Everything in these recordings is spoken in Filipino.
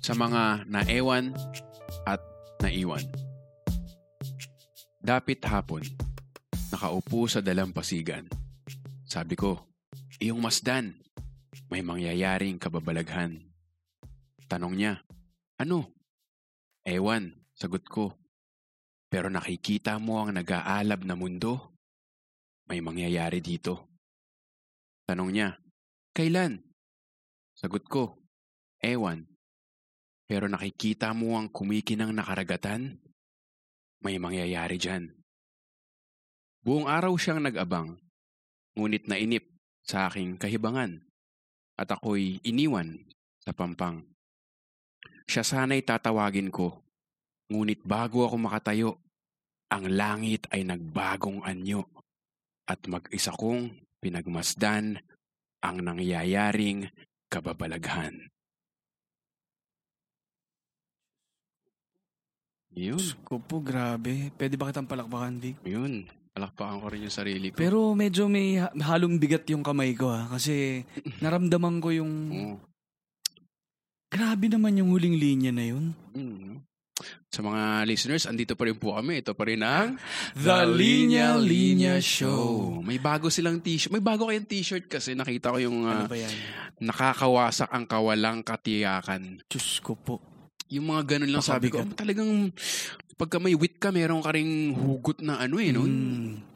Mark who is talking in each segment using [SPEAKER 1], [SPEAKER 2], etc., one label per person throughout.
[SPEAKER 1] sa mga naewan at naiwan. Dapit hapon, nakaupo sa dalampasigan. Sabi ko, iyong masdan, may mangyayaring kababalaghan. Tanong niya, ano? Ewan, sagot ko. Pero nakikita mo ang nag-aalab na mundo? May mangyayari dito. Tanong niya, kailan? Sagot ko, ewan. Pero nakikita mo ang kumikinang nakaragatan? May mangyayari dyan. Buong araw siyang nag-abang, ngunit nainip sa aking kahibangan at ako'y iniwan sa pampang. Siya sana'y tatawagin ko, ngunit bago ako makatayo, ang langit ay nagbagong anyo at mag-isa kong pinagmasdan ang nangyayaring kababalaghan. Yun,
[SPEAKER 2] Diyos ko po, grabe. Pwede ba kitang palakpakan, Vic?
[SPEAKER 1] yun. Palakpakan ko rin yung sarili ko.
[SPEAKER 2] Pero medyo may ha- halong bigat yung kamay ko ha. Kasi naramdaman ko yung...
[SPEAKER 1] Oo.
[SPEAKER 2] Grabe naman yung huling linya na yun.
[SPEAKER 1] Mm. Sa mga listeners, andito pa rin po kami. Ito pa rin ang
[SPEAKER 2] The Linya Linya Show.
[SPEAKER 1] May bago silang t-shirt. May bago kayong t-shirt kasi nakita ko yung
[SPEAKER 2] Ano
[SPEAKER 1] ah,
[SPEAKER 2] ba yan?
[SPEAKER 1] nakakawasak ang kawalang katiyakan.
[SPEAKER 2] Diyos ko po.
[SPEAKER 1] Yung mga ganun lang sabi ko.
[SPEAKER 2] Pakabigat.
[SPEAKER 1] Talagang pagka may wit ka, meron ka rin hugot na ano eh. No?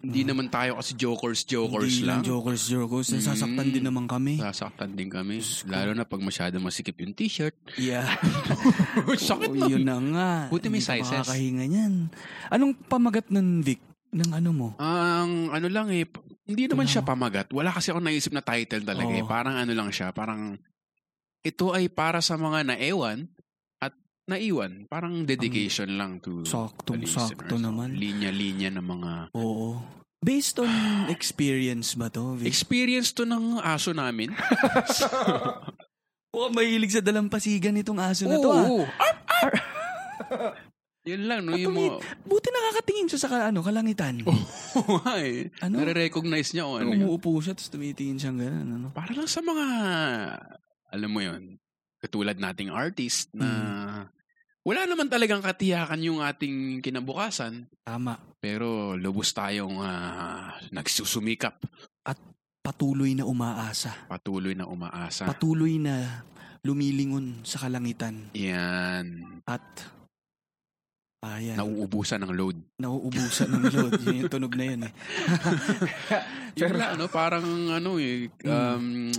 [SPEAKER 1] Hindi naman tayo kasi jokers, jokers
[SPEAKER 2] Mm. Hindi
[SPEAKER 1] lang.
[SPEAKER 2] Jokers, jokers.
[SPEAKER 1] Mm.
[SPEAKER 2] Nasasaktan din naman kami.
[SPEAKER 1] Sasaktan din kami. Lalo na pag masyado masikip yung t-shirt.
[SPEAKER 2] Yeah.
[SPEAKER 1] Sakit
[SPEAKER 2] Oo,
[SPEAKER 1] na.
[SPEAKER 2] yun na nga.
[SPEAKER 1] Buti may
[SPEAKER 2] Hindi ka
[SPEAKER 1] sizes.
[SPEAKER 2] Makakahinga niyan. Anong pamagat ng Vic? Ng ano mo?
[SPEAKER 1] Ang ano lang eh, p- hindi naman
[SPEAKER 2] lang.
[SPEAKER 1] siya pamagat. Wala kasi ako naisip na title talaga eh.
[SPEAKER 2] Oo.
[SPEAKER 1] Parang ano lang siya, parang ito ay para sa mga naewan at naiwan. Parang dedication lang to the
[SPEAKER 2] Saktong
[SPEAKER 1] listeners. So,
[SPEAKER 2] sakto naman.
[SPEAKER 1] Linya-linya ng mga...
[SPEAKER 2] Oo. Based on experience ba to, Vic?
[SPEAKER 1] Experience to ng aso namin.
[SPEAKER 2] Oh, mahilig sa dalampasigan itong aso na to. ah.
[SPEAKER 1] Oo. Arp, arp! Yun lang, no? Yung mga...
[SPEAKER 2] Kapangit. Buti nakakatingin siya sa ka- ano, kalangitan.
[SPEAKER 1] Oo nga eh.
[SPEAKER 2] Ano?
[SPEAKER 1] Nare-recognize niya o ano yun.
[SPEAKER 2] Umuupo siya, tapos tumitingin siyang gano'n. Ano?
[SPEAKER 1] para lang sa mga, alam mo yon katulad nating artist na wala naman talagang katiyakan yung ating kinabukasan,
[SPEAKER 2] Tama.
[SPEAKER 1] pero lubos tayong ah, nagsusumikap,
[SPEAKER 2] Patuloy na umaasa.
[SPEAKER 1] patuloy na umaasa.
[SPEAKER 2] Patuloy na lumilingon sa kalangitan.
[SPEAKER 1] Yan,
[SPEAKER 2] At, ayan,
[SPEAKER 1] nauubusan ng load.
[SPEAKER 2] nauubusan ng load. Yun yung tunog na yun eh.
[SPEAKER 1] Yun lang, ano, parang ano eh, um,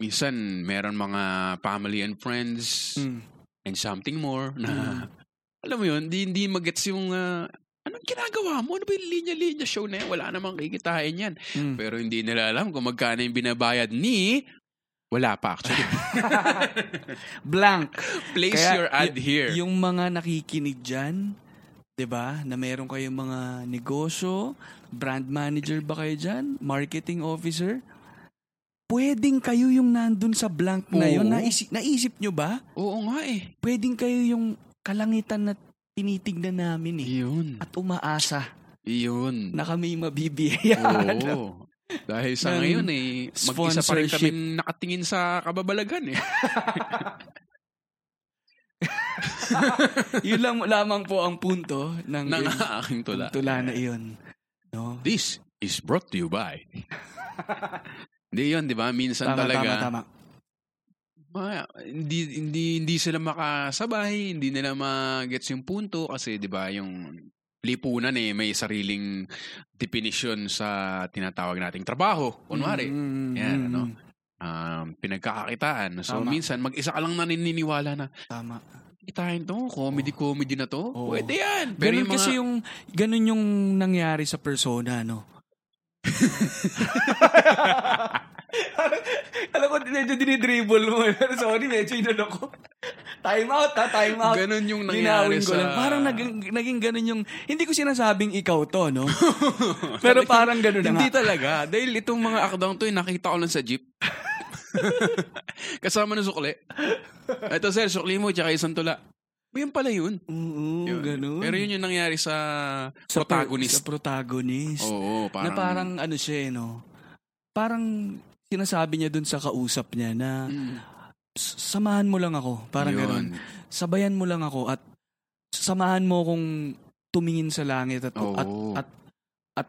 [SPEAKER 1] minsan meron mga family and friends
[SPEAKER 2] Mm.
[SPEAKER 1] and something more na, alam mo yun, hindi, hindi magets yung, ah, anong ginagawa mo? Ano ba yung linya-linya show na yan? Wala namang kikitain yan.
[SPEAKER 2] Mm.
[SPEAKER 1] Pero hindi nila alam kung magkano yung binabayad ni... Wala pa actually.
[SPEAKER 2] Blank.
[SPEAKER 1] Place
[SPEAKER 2] Kaya,
[SPEAKER 1] your ad here.
[SPEAKER 2] Yung mga nakikinig dyan, 'di ba? Na meron kayong mga negosyo, brand manager ba kayo dyan, marketing officer, pwedeng kayo yung nandun sa blank na yun.
[SPEAKER 1] Oo.
[SPEAKER 2] Naisip, naisip nyo ba?
[SPEAKER 1] Oo nga eh.
[SPEAKER 2] Pwedeng kayo yung kalangitan na tinitignan namin eh.
[SPEAKER 1] Yun.
[SPEAKER 2] At umaasa
[SPEAKER 1] Yun.
[SPEAKER 2] na kami mabibiyayaan.
[SPEAKER 1] Oo. Dahil sa
[SPEAKER 2] Ng
[SPEAKER 1] ngayon eh, mag-isa pa rin
[SPEAKER 2] sponsorship.
[SPEAKER 1] kami nakatingin sa kababalaghan eh.
[SPEAKER 2] yun lang lamang po ang punto ng,
[SPEAKER 1] Nang aking tula.
[SPEAKER 2] tula na iyon. No?
[SPEAKER 1] This is brought to you by... Hindi yun, di ba? Minsan
[SPEAKER 2] Tama,
[SPEAKER 1] talaga,
[SPEAKER 2] tama, tama.
[SPEAKER 1] ma- hindi, hindi, hindi sila makasabay, hindi nila magets yung punto kasi 'di ba yung lipunan eh may sariling definition sa tinatawag nating trabaho kunwari
[SPEAKER 2] Mm,
[SPEAKER 1] Yan,
[SPEAKER 2] mm,
[SPEAKER 1] ano?
[SPEAKER 2] mm,
[SPEAKER 1] um, pinagkakakitaan so
[SPEAKER 2] Tama.
[SPEAKER 1] minsan mag-isa ka lang naniniwala na
[SPEAKER 2] Tama.
[SPEAKER 1] kitain to comedy comedy na to
[SPEAKER 2] Oo.
[SPEAKER 1] pwede yan
[SPEAKER 2] Pero
[SPEAKER 1] pero yung mga
[SPEAKER 2] kasi yung, ganun yung nangyari sa persona, no? Alam ko, medyo dinidribble mo. eh. Pero Sorry, medyo inano ko. Time out, ha? Time out.
[SPEAKER 1] ganun yung nangyari
[SPEAKER 2] Linawin ko
[SPEAKER 1] sa
[SPEAKER 2] lang. Parang naging, naging ganun yung... Hindi ko sinasabing ikaw to, no? Pero parang ganun na
[SPEAKER 1] Hindi
[SPEAKER 2] nga.
[SPEAKER 1] talaga. Dahil itong mga akdang to, eh, nakita ko lang sa jeep. Kasama ng sukli. Ito sir, sukli mo, tsaka isang tula. O, Yun pala yun.
[SPEAKER 2] Oo,
[SPEAKER 1] Yun.
[SPEAKER 2] ganun.
[SPEAKER 1] Pero yun yung nangyari sa,
[SPEAKER 2] Sa per-
[SPEAKER 1] protagonist.
[SPEAKER 2] Sa protagonist.
[SPEAKER 1] Oo, parang,
[SPEAKER 2] Na parang ano siya, eh, no? Parang sinasabi niya dun sa kausap niya na
[SPEAKER 1] Mm,
[SPEAKER 2] s- samahan mo lang ako. Parang
[SPEAKER 1] Yun.
[SPEAKER 2] ganun. Sabayan mo lang ako at samahan mo kung tumingin sa langit at,
[SPEAKER 1] Oo.
[SPEAKER 2] at, at, at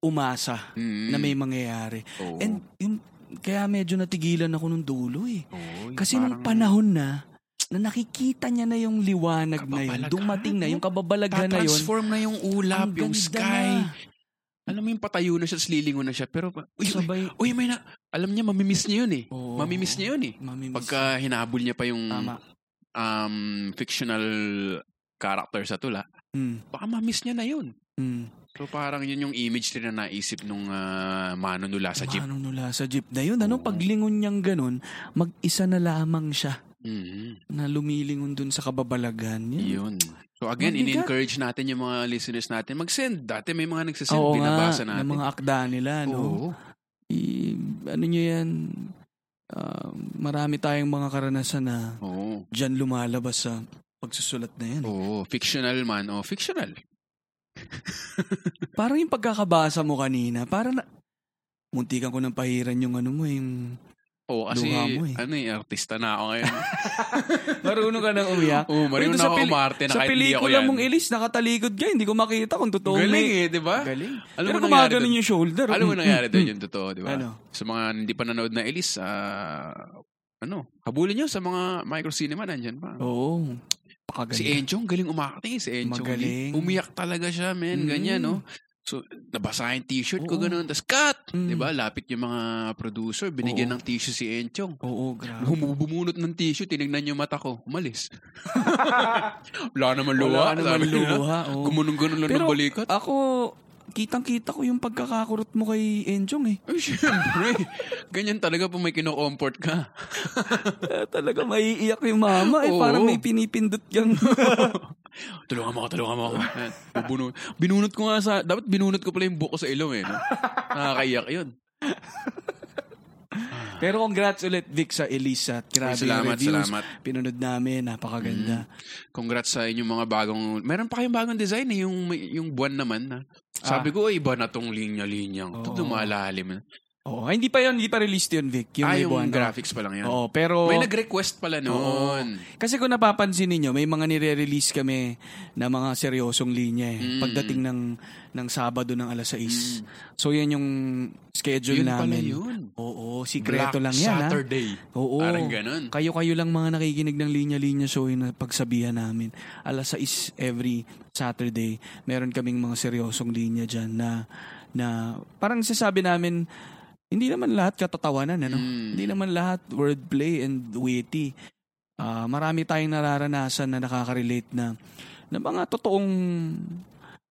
[SPEAKER 2] umasa
[SPEAKER 1] Mm.
[SPEAKER 2] na may mangyayari.
[SPEAKER 1] Oo.
[SPEAKER 2] And yung, kaya medyo natigilan ako nung dulo eh.
[SPEAKER 1] Oo, yung
[SPEAKER 2] Kasi nung
[SPEAKER 1] parang
[SPEAKER 2] panahon na, na nakikita niya na yung liwanag na yun,
[SPEAKER 1] Kababalaghan,
[SPEAKER 2] dumating na,
[SPEAKER 1] no?
[SPEAKER 2] yung kababalaghan na yun,
[SPEAKER 1] tatransform na yung ulap,
[SPEAKER 2] ang
[SPEAKER 1] yung
[SPEAKER 2] ganda
[SPEAKER 1] sky.
[SPEAKER 2] na.
[SPEAKER 1] Alam mo yung patayo na siya, tapos lilingon na siya. Pero, pa- uy, uy,
[SPEAKER 2] Sabay,
[SPEAKER 1] uy, may na, alam niya, mamimiss niya yun eh.
[SPEAKER 2] Oo.
[SPEAKER 1] Mamimiss niya yun eh.
[SPEAKER 2] mamimiss.
[SPEAKER 1] Pagka hinabol niya pa yung
[SPEAKER 2] Tama.
[SPEAKER 1] um, fictional character sa tula,
[SPEAKER 2] Mm,
[SPEAKER 1] baka mamiss niya na yun.
[SPEAKER 2] mm.
[SPEAKER 1] So parang yun yung image din na naisip nung ah, manunula sa jeep.
[SPEAKER 2] Manong nula sa jeep na yun. Ano,
[SPEAKER 1] Oo.
[SPEAKER 2] paglingon niyang ganun, mag-isa na lamang siya
[SPEAKER 1] Mhm.
[SPEAKER 2] na lumilingon dun sa kababalagan niya.
[SPEAKER 1] Yun. So again,
[SPEAKER 2] Hmm. Mabigat.
[SPEAKER 1] in-encourage natin yung mga listeners natin. Mag-send. Dati may mga nagsasend.
[SPEAKER 2] Oo nga,
[SPEAKER 1] binabasa
[SPEAKER 2] ng
[SPEAKER 1] natin.
[SPEAKER 2] mga ano. akda nila, no?
[SPEAKER 1] Oo.
[SPEAKER 2] I, ano nyo yan, ah, marami tayong mga karanasan na
[SPEAKER 1] Oo.
[SPEAKER 2] dyan lumalabas sa pagsusulat na yan.
[SPEAKER 1] Oo. Fictional man. O, fictional.
[SPEAKER 2] Parang yung pagkakabasa mo kanina, parang na, muntikan ko ng pahiran yung ano mo, yung
[SPEAKER 1] Oo, Oh, kasi
[SPEAKER 2] Luha mo eh.
[SPEAKER 1] ano eh, artista na ako ngayon.
[SPEAKER 2] marunong ka nang umiyak.
[SPEAKER 1] Oo, marunong na
[SPEAKER 2] Uy, doon sa
[SPEAKER 1] ako
[SPEAKER 2] peli-
[SPEAKER 1] umarte na
[SPEAKER 2] sa
[SPEAKER 1] kahit hindi ako
[SPEAKER 2] pelikula
[SPEAKER 1] yan.
[SPEAKER 2] mong Elise, nakatalikod ka, hindi ko makita kung totoo
[SPEAKER 1] Galing eh, di ba?
[SPEAKER 2] Galing.
[SPEAKER 1] Alam
[SPEAKER 2] Pero
[SPEAKER 1] mo nangyari
[SPEAKER 2] gumagano'n
[SPEAKER 1] doon?
[SPEAKER 2] yung shoulder.
[SPEAKER 1] Alam mo
[SPEAKER 2] Mm,
[SPEAKER 1] nangyari
[SPEAKER 2] mm,
[SPEAKER 1] doon
[SPEAKER 2] mm.
[SPEAKER 1] yung totoo, di ba?
[SPEAKER 2] Ano?
[SPEAKER 1] Sa mga hindi pa nanood na Elise, ah, ano, habulin nyo sa mga microcinema, nandyan pa.
[SPEAKER 2] Oo.
[SPEAKER 1] Si
[SPEAKER 2] Pakagaling.
[SPEAKER 1] Enchong, galing umakting si Enchong.
[SPEAKER 2] Magaling.
[SPEAKER 1] Umiyak talaga siya, men.
[SPEAKER 2] Mm.
[SPEAKER 1] Ganyan, no? So, nabasa yung t-shirt ko,
[SPEAKER 2] Oo.
[SPEAKER 1] ganun. Tapos, cut! Di
[SPEAKER 2] Mm.
[SPEAKER 1] ba? Lapit yung mga producer. Binigyan
[SPEAKER 2] Oo. Ah.
[SPEAKER 1] ng t-shirt si Enchong.
[SPEAKER 2] Oo, grabe.
[SPEAKER 1] Hum- Bumunot ng tissue, tinignan yung mata ko. Umalis. Wala naman
[SPEAKER 2] Wala
[SPEAKER 1] luha.
[SPEAKER 2] ka naman
[SPEAKER 1] sabi niya.
[SPEAKER 2] luha. oo.
[SPEAKER 1] Gumunong-gunon lang
[SPEAKER 2] Pero
[SPEAKER 1] ng balikat.
[SPEAKER 2] ako, kitang-kita ko yung pagkakakurot mo kay Enchong eh.
[SPEAKER 1] Ay, syempre. Ganyan talaga pag may kinocomfort ka.
[SPEAKER 2] Ah, Talaga maiiyak yung mama eh.
[SPEAKER 1] Oo.
[SPEAKER 2] Parang may pinipindot kang...
[SPEAKER 1] Tulungan mo ako, tulungan mo ako. Ayan, bubunot. Binunot ko nga sa... Dapat binunot ko pala yung buko sa ilong eh. No? Nakakaiyak yun.
[SPEAKER 2] Pero congrats ulit Vic sa Elisa. Grabe yung
[SPEAKER 1] salamat,
[SPEAKER 2] reviews.
[SPEAKER 1] salamat.
[SPEAKER 2] Pinunod namin, napakaganda.
[SPEAKER 1] Congrats sa inyong mga bagong... Meron pa kayong bagong design eh, yung, yung buwan naman. Ha? Sabi ko, "Ay, iba na tong linya-linya. Ito
[SPEAKER 2] Ah. Oo.
[SPEAKER 1] dumalalim. na.
[SPEAKER 2] Oo, ay, hindi pa yun, hindi pa released yun Vic.
[SPEAKER 1] Mm-hmm.
[SPEAKER 2] Yung
[SPEAKER 1] ah,
[SPEAKER 2] may
[SPEAKER 1] yung
[SPEAKER 2] buwan, no?
[SPEAKER 1] graphics pa lang yun.
[SPEAKER 2] Oo, pero
[SPEAKER 1] May nag-request pala noon.
[SPEAKER 2] kasi kung napapansin niyo, may mga nire-release kami na mga seryosong linya eh,
[SPEAKER 1] Mm.
[SPEAKER 2] pagdating ng ng Sabado ng alas 6. So yan yung schedule
[SPEAKER 1] Yun pala
[SPEAKER 2] namin.
[SPEAKER 1] yun.
[SPEAKER 2] Oo, sikreto
[SPEAKER 1] Black
[SPEAKER 2] lang yan ha.
[SPEAKER 1] Saturday.
[SPEAKER 2] Oo.
[SPEAKER 1] Parang ganun.
[SPEAKER 2] Kayo-kayo lang mga nakikinig ng linya-linya show yun na pagsabihan namin. Alas 6 every Saturday, meron kaming mga seryosong linya dyan na, na parang sasabi namin, hindi naman lahat katatawanan, ano?
[SPEAKER 1] Mm.
[SPEAKER 2] Hindi naman lahat wordplay and witty. Ah, marami tayong nararanasan na nakaka-relate na, na mga totoong